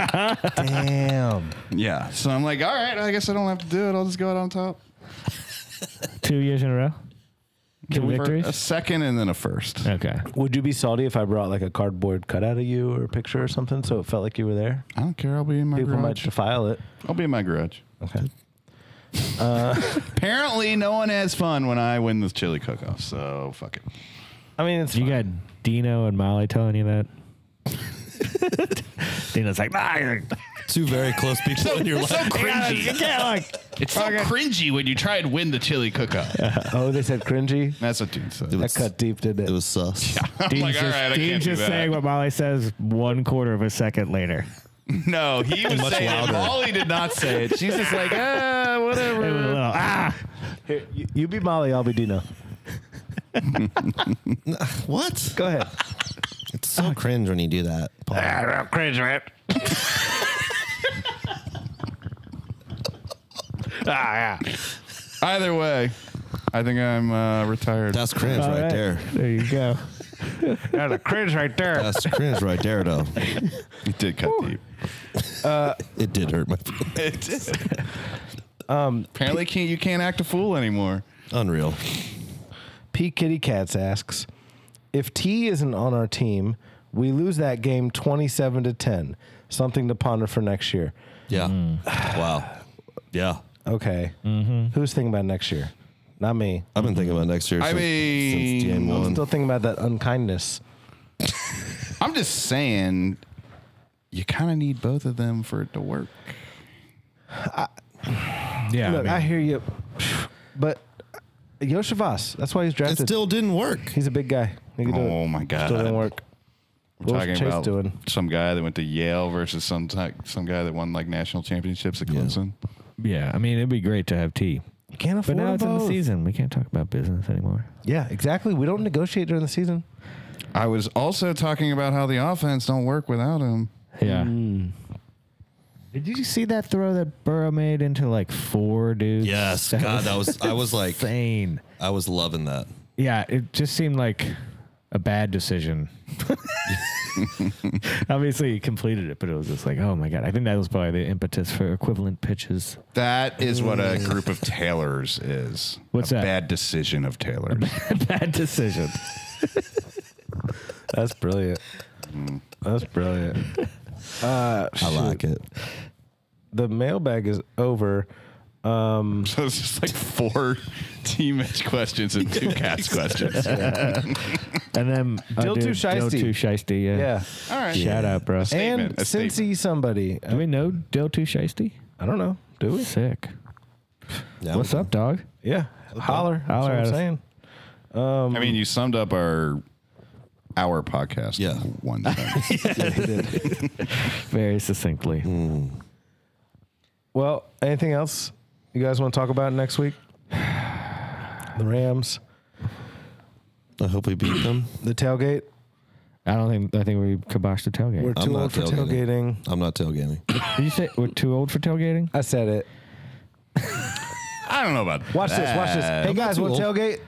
Speaker 1: Damn.
Speaker 4: Yeah. So I'm like, all right, I guess I don't have to do it. I'll just go out on top.
Speaker 2: Two years in a row? Two
Speaker 4: for
Speaker 2: victories?
Speaker 4: a second and then a first.
Speaker 2: Okay.
Speaker 1: Would you be salty if I brought like a cardboard cutout of you or a picture or something so it felt like you were there?
Speaker 4: I don't care. I'll be in my
Speaker 1: People might
Speaker 4: garage.
Speaker 1: defile it.
Speaker 4: I'll be in my garage.
Speaker 1: Okay.
Speaker 4: Apparently, no one has fun when I win this chili cook-off. So fuck it.
Speaker 1: I mean, it's
Speaker 2: You
Speaker 1: fine.
Speaker 2: got Dino and Molly telling you that? Dino's like, nah, you're-
Speaker 3: Two very close people in your life.
Speaker 2: you can't like.
Speaker 4: It's so cringy when you try and win the chili cook-off.
Speaker 1: Oh, they said cringy.
Speaker 4: That's what dude said.
Speaker 1: That cut deep, didn't it?
Speaker 3: It was sus.
Speaker 4: I'm like, all right, I
Speaker 2: Dean's
Speaker 4: can't do
Speaker 2: just
Speaker 4: that.
Speaker 2: saying what Molly says one quarter of a second later.
Speaker 4: No, he was
Speaker 3: Much
Speaker 4: saying
Speaker 3: louder.
Speaker 4: it. Molly did not say it. She's just like, ah,
Speaker 2: It was a
Speaker 4: whatever.
Speaker 2: little, ah,
Speaker 1: Here, you, you be Molly, I'll be Dino.
Speaker 3: What?
Speaker 1: Go ahead.
Speaker 3: It's so cringe when you do that. Paul.
Speaker 2: cringe, right? ah, yeah.
Speaker 4: Either way, I think I'm uh, retired.
Speaker 3: That's cringe
Speaker 2: All
Speaker 3: right,
Speaker 2: right.
Speaker 3: there.
Speaker 2: There you go. That's a cringe right there.
Speaker 3: That's cringe right there, though.
Speaker 4: it did cut deep.
Speaker 3: It did hurt my feelings.
Speaker 4: It did. Apparently, can't, you can't act a fool anymore.
Speaker 3: Unreal.
Speaker 1: P. Kitty Cats asks If T isn't on our team, we lose that game 27 to 10. Something to ponder for next year.
Speaker 3: Yeah. Wow. Yeah.
Speaker 1: Okay. Mm-hmm. Who's thinking about next year? Not me.
Speaker 3: I've been thinking about next year.
Speaker 4: I
Speaker 3: since-
Speaker 4: mean,
Speaker 3: since game
Speaker 4: I'm
Speaker 3: one.
Speaker 1: Still thinking about that unkindness.
Speaker 4: I'm just saying, you kind of need both of them for it to work.
Speaker 2: Yeah.
Speaker 1: Look, I hear you. But Yoshivas, that's why he's
Speaker 3: it
Speaker 1: drafted.
Speaker 3: still didn't work.
Speaker 1: he's a big guy. He can do it.
Speaker 4: Oh, my God.
Speaker 1: Still didn't work.
Speaker 4: We're
Speaker 1: What was
Speaker 4: talking
Speaker 1: Chase
Speaker 4: about
Speaker 1: doing?
Speaker 4: some guy that went to Yale versus some ty- some guy that won like national championships at Clemson.
Speaker 2: yeah, I mean, it'd be great to have tea.
Speaker 1: You can't
Speaker 2: But
Speaker 1: afford
Speaker 2: now it's in the
Speaker 1: both.
Speaker 2: season. We can't talk about business anymore.
Speaker 1: Yeah, exactly. We don't negotiate during the season.
Speaker 4: I was also talking about how the offense don't work without him.
Speaker 2: Yeah.
Speaker 1: Hmm.
Speaker 2: Did you see that throw that Burrow made into like four dudes?
Speaker 3: Yes. God, that was. I was like,
Speaker 2: insane.
Speaker 3: I was loving that.
Speaker 2: Yeah, it just seemed like a bad decision. Obviously, he completed it, but it was just like, oh my god! I think that was probably the impetus for equivalent pitches.
Speaker 4: That is what a group of tailors is.
Speaker 2: What's
Speaker 4: a
Speaker 2: that?
Speaker 4: Bad decision of tailors.
Speaker 2: bad decision.
Speaker 1: That's brilliant. That's brilliant. Uh,
Speaker 3: I like it.
Speaker 1: the mailbag is over. Um,
Speaker 4: so it's just like four team match questions and two cats questions.
Speaker 2: And then
Speaker 1: Dill too
Speaker 2: Dill
Speaker 1: shiesty.
Speaker 2: too shiesty. Yeah.
Speaker 1: yeah.
Speaker 4: All right.
Speaker 2: Shout out, bro.
Speaker 4: Statement,
Speaker 1: and
Speaker 4: a
Speaker 1: Cincy
Speaker 4: statement.
Speaker 1: somebody.
Speaker 2: Do we know Dill too shiesty?
Speaker 1: I don't know. Do we?
Speaker 2: Sick.
Speaker 3: Yeah,
Speaker 2: What's up, dog?
Speaker 1: Yeah. Holler.
Speaker 2: Holler
Speaker 1: That's
Speaker 2: at us.
Speaker 1: what I'm saying.
Speaker 4: I mean, you summed up our our podcast.
Speaker 3: Yeah.
Speaker 4: in One thing.
Speaker 2: Very succinctly.
Speaker 3: Hmm.
Speaker 1: Well, anything else you guys want to talk about next week? The Rams,
Speaker 3: I hope we beat them.
Speaker 1: the tailgate.
Speaker 2: I don't think. I think we kiboshed the tailgate.
Speaker 1: We're
Speaker 3: I'm
Speaker 1: too
Speaker 3: not
Speaker 1: old for
Speaker 3: tailgating.
Speaker 1: tailgating.
Speaker 3: I'm not tailgating.
Speaker 2: Did you say we're too old for tailgating?
Speaker 1: I said it.
Speaker 4: I don't know about
Speaker 1: Watch this. Watch this. Hey guys,
Speaker 3: too
Speaker 1: want
Speaker 3: old.
Speaker 1: tailgate?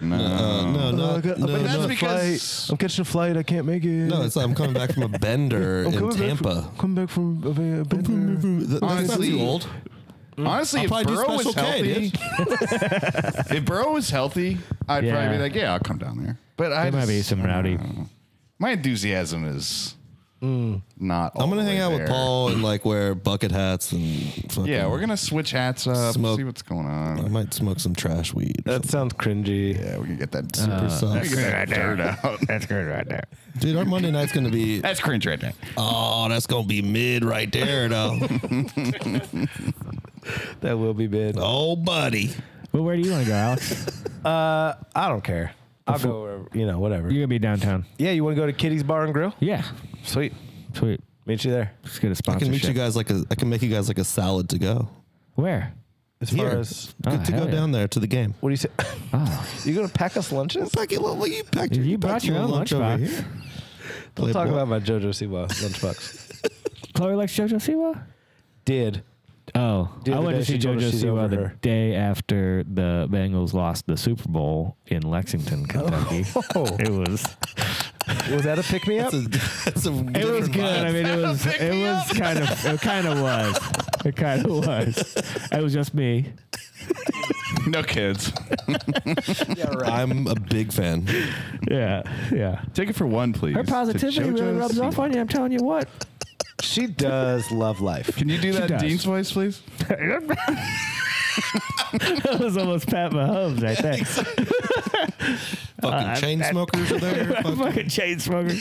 Speaker 4: No.
Speaker 3: Uh, no, no,
Speaker 1: I got-
Speaker 3: no,
Speaker 1: I'm catching
Speaker 3: no.
Speaker 1: a
Speaker 4: because-
Speaker 1: flight. I'm catching a flight. I can't make it.
Speaker 3: No, it's I'm coming back from a bender
Speaker 1: I'm
Speaker 3: in
Speaker 1: coming back
Speaker 3: Tampa.
Speaker 1: from- Coming back from a- a bender.
Speaker 3: That- That's not
Speaker 4: Honestly,
Speaker 3: too old.
Speaker 4: Honestly,
Speaker 3: I'll
Speaker 4: if
Speaker 3: probably do
Speaker 4: Burrow was
Speaker 3: Special K,
Speaker 4: healthy, if Burrow was healthy, I'd
Speaker 2: Yeah.
Speaker 4: probably be like, yeah, I'll come down there. But I
Speaker 2: There might
Speaker 4: just-
Speaker 2: be some rowdy.
Speaker 4: My enthusiasm is not. all
Speaker 3: I'm gonna
Speaker 4: the
Speaker 3: hang
Speaker 4: way
Speaker 3: out
Speaker 4: there.
Speaker 3: with Paul and like wear bucket hats and fucking,
Speaker 4: Yeah, we're gonna switch hats up,
Speaker 3: Smoke. Uh,
Speaker 4: see what's going
Speaker 3: I
Speaker 4: on.
Speaker 3: might smoke some trash weed.
Speaker 1: That sounds cringy.
Speaker 4: Yeah, we can get that.
Speaker 3: super
Speaker 4: we can
Speaker 3: sus.
Speaker 4: get that dirt out.
Speaker 2: That's good right there.
Speaker 3: Dude, our Monday night's gonna be
Speaker 4: That's cringe right now.
Speaker 3: oh, that's gonna be mid right there though.
Speaker 1: That will be bid.
Speaker 3: oh, buddy.
Speaker 2: Well, where do you want to go, Alex?
Speaker 1: Uh, I don't care. I'll go wherever, you know, whatever.
Speaker 2: You're gonna be downtown.
Speaker 1: yeah, you want to go to Kitty's Bar and Grill?
Speaker 2: Yeah.
Speaker 1: Sweet.
Speaker 2: Sweet.
Speaker 1: Meet you there.
Speaker 2: Let's get a
Speaker 3: I
Speaker 2: sponsorship.
Speaker 3: can meet you guys like a. I can make you guys like a salad to go.
Speaker 2: Where?
Speaker 1: As
Speaker 3: Here,
Speaker 1: far as
Speaker 2: Oh,
Speaker 3: good to go
Speaker 2: hell yeah.
Speaker 3: down there to the game.
Speaker 1: what do you say?
Speaker 2: Oh,
Speaker 1: you gonna pack us lunches?
Speaker 3: Pack your little- you packed
Speaker 2: You
Speaker 3: you
Speaker 2: brought
Speaker 3: packed
Speaker 2: your own
Speaker 3: little
Speaker 2: lunchbox.
Speaker 1: We'll
Speaker 3: Playboy.
Speaker 1: talk about my JoJo Siwa lunchbox.
Speaker 2: Chloe likes JoJo Siwa.
Speaker 1: Did
Speaker 2: Oh,
Speaker 1: The
Speaker 2: I
Speaker 1: other
Speaker 2: went
Speaker 1: day
Speaker 2: to see
Speaker 1: she told
Speaker 2: JoJo
Speaker 1: us she's
Speaker 2: Siwa
Speaker 1: over
Speaker 2: the
Speaker 1: her.
Speaker 2: day after the Bengals lost the Super Bowl in Lexington, Kentucky.
Speaker 1: Oh.
Speaker 2: It was.
Speaker 1: was that a pick me up?
Speaker 3: That's a, that's a
Speaker 2: It was good. I mean, it was. It was kind of. It kind of was. It kind of was. It was just me.
Speaker 4: no kids.
Speaker 3: I'm a big fan.
Speaker 2: Yeah, yeah.
Speaker 4: Take it for one, please.
Speaker 2: Her
Speaker 4: to
Speaker 2: positivity really
Speaker 4: JoJo's
Speaker 2: rubs off
Speaker 4: Siwa.
Speaker 2: on you. I'm telling you what.
Speaker 1: She does love life.
Speaker 4: Can you do that in
Speaker 2: does.
Speaker 4: Dean's voice, please?
Speaker 2: that was almost Pat Mahomes right there.
Speaker 3: Fucking
Speaker 2: uh,
Speaker 3: chain smokers are there. Fucking-
Speaker 2: Fucking chain smoker.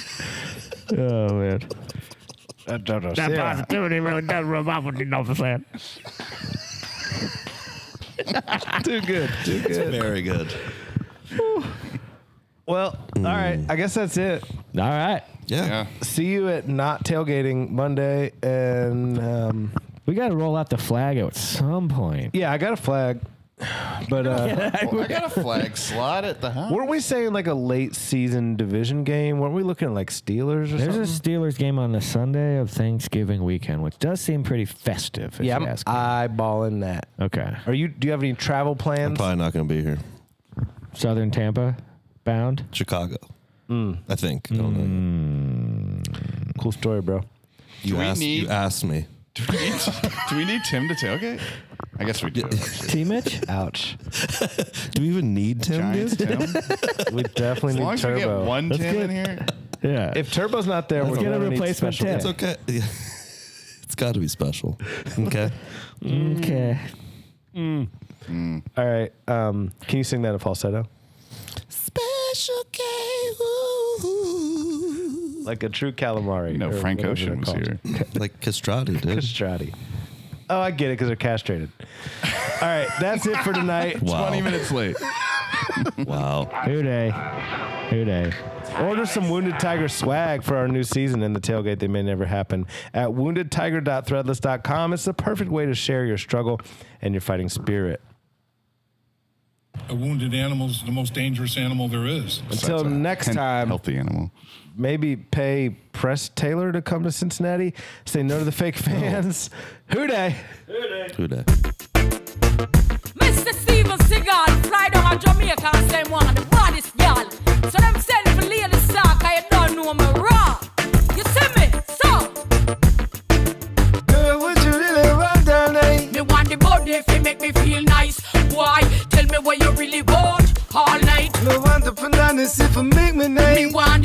Speaker 2: Oh man,
Speaker 1: I don't know.
Speaker 2: that
Speaker 1: Sarah.
Speaker 2: positivity really does rub off on you, Nova
Speaker 1: Too good. Too good.
Speaker 3: Very good.
Speaker 1: Well, all right. I guess that's it.
Speaker 2: All right,
Speaker 3: Yeah.
Speaker 4: Yeah.
Speaker 1: See you at not tailgating Monday, and um,
Speaker 2: we got to roll out the flag at some point.
Speaker 1: yeah, I got a flag, but uh,
Speaker 4: I got a flag slot at the house.
Speaker 1: weren't we saying like a late season division game? Weren't we looking at like Steelers or
Speaker 2: There's
Speaker 1: something?
Speaker 2: a Steelers game on the Sunday of Thanksgiving weekend, which does seem pretty festive. If
Speaker 1: yeah,
Speaker 2: you
Speaker 1: I'm
Speaker 2: ask me.
Speaker 1: eyeballing that.
Speaker 2: okay.
Speaker 1: Are you? Do you have any travel plans?
Speaker 3: Probably not going to be here.
Speaker 2: Southern Tampa bound.
Speaker 3: Chicago.
Speaker 2: Hmm.
Speaker 3: I think. I don't know.
Speaker 1: Cool story, bro.
Speaker 3: You
Speaker 4: we
Speaker 3: asked,
Speaker 4: need-
Speaker 3: you asked me.
Speaker 4: Do we, need, do we need Tim to tailgate? I guess we do. actually.
Speaker 2: T Mitch.
Speaker 1: Ouch.
Speaker 3: Do we even need Tim,
Speaker 4: Giants,
Speaker 3: dude?
Speaker 4: Tim. As
Speaker 1: We definitely
Speaker 4: long
Speaker 1: need
Speaker 4: as we get
Speaker 1: Turbo.
Speaker 4: one
Speaker 2: Let's
Speaker 4: Tim
Speaker 2: get-
Speaker 4: in here,
Speaker 2: Yeah.
Speaker 1: if Turbo's not there, we're
Speaker 2: get a
Speaker 1: gonna need
Speaker 2: replacement Tim.
Speaker 1: special guest.
Speaker 3: It's okay. Yeah. It's got to be special. Okay.
Speaker 2: Mm, okay.
Speaker 1: All right. Um, can you sing that in falsetto?
Speaker 3: Special K.
Speaker 1: Like a true calamari.
Speaker 4: you know,
Speaker 1: or
Speaker 4: Frank
Speaker 1: whatever they're
Speaker 4: Ocean was
Speaker 1: called.
Speaker 4: here.
Speaker 3: Like Castrati, dude.
Speaker 1: Castrati. Oh, I get it because they're castrated. All right, that's it for tonight.
Speaker 3: Wow.
Speaker 4: 20 minutes late.
Speaker 3: Wow.
Speaker 2: Who day? Who day?
Speaker 1: Order some Wounded Tiger swag for our new season in the tailgate that may never happen at woundedtiger.threadless.com. It's the perfect way to share your struggle and your fighting spirit.
Speaker 5: A wounded animal is the most dangerous animal there is.
Speaker 1: Until next time,
Speaker 4: Healthy animal.
Speaker 1: maybe pay Press Taylor to come to Cincinnati. Say no to the fake fans. Who day?
Speaker 3: Who dat?
Speaker 6: Mr. Steven Seagal fly down to Jamaica and say, one the baddest girl. So them send for Lady Stark, I don't know me raw. You see me? So, me want the body if it make me feel nice. Why? Tell me what you really want all night. Me want the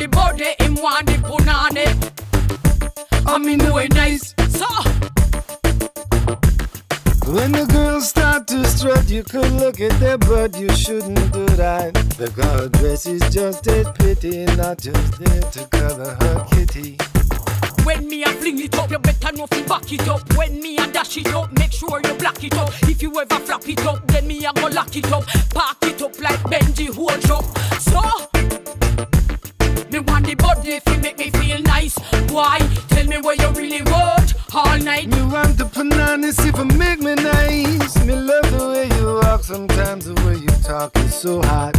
Speaker 6: body, him want the punani. I mean, no it nice. So,
Speaker 7: When the girls start to strut, you could look at them, but you shouldn't do that. The girl dress is just a pity, not just there to cover her kitty.
Speaker 6: When me a fling it up, you better know fi back it up. When me a dash it up, make sure you block it up. If you ever flap it up, then me a go lock it up. Park it up like Benji hold up. So me want the body if you make me feel nice. Why? Tell me what you really want all night.
Speaker 7: You want the bananas if I make me nice. Me love the way you walk, sometimes the way you talk is so hot.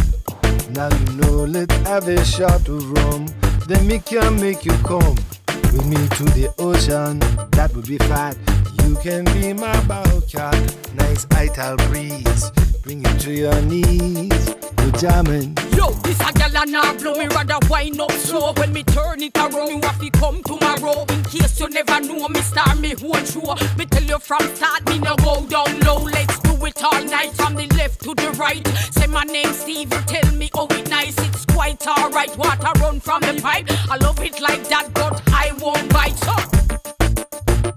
Speaker 7: Now you know, let have a shot of rum. Then me can make you come with me to the ocean. That would be fat. You can be my bowcat. Nice ital breeze. Bring you to your knees. We're jamming.
Speaker 6: Yo, this a gal and I blow me rather wind up slow. When me turn it around, you have to come tomorrow. In case you never know, me star me whole show. Me tell you from start, me no go down low. Let's do it all night from the left to the right. Say my name Steve, you tell me oh it nice. It's quite alright. Water run from the pipe. I love it like that, but I won't bite. So.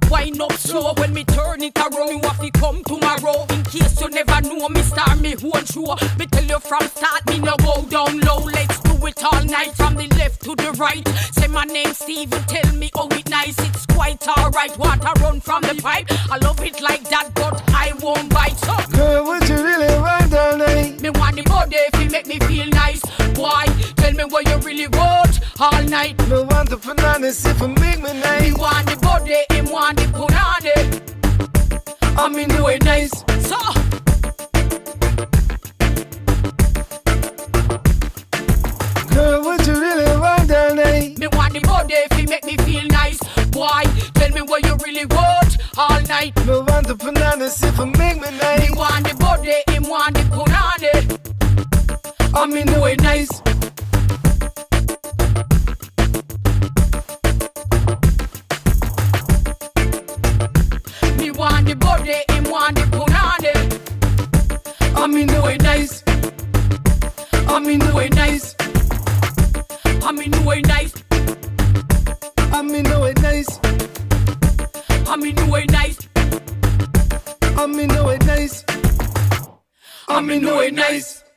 Speaker 6: Wind up slow when me turn it around. You have to come tomorrow. In case you never know, me star me whole show. Me tell you from start, me no go down low. Let's do it all night from the left to the right. Say my name Steve, you tell me oh it nice. It's quite alright. Water run from the pipe. I love it like that, but I won't bite. So
Speaker 7: Girl, what you really want all night?
Speaker 6: me want the body if it make me feel nice. Why? Tell me what you really want all night.
Speaker 7: Me want the bananas if I make me
Speaker 6: Me
Speaker 7: nice.
Speaker 6: want the body, him want the punani.
Speaker 7: I mean, do it nice.
Speaker 6: So.
Speaker 7: Girl, what you really want all night?
Speaker 6: Me want the body if it make me feel nice. Why? Tell me what you really want all night.
Speaker 7: Me want the bananas if I make me
Speaker 6: Me
Speaker 7: nice.
Speaker 6: want the body, him want the punani.
Speaker 7: I mean, do it nice.
Speaker 6: Me want the body, him want the punani.
Speaker 7: I mean, do nice.
Speaker 6: I mean, no way nice.
Speaker 7: I me know it nice.
Speaker 6: I mean, no way nice.
Speaker 7: I me know it nice.
Speaker 6: I mean, no way nice.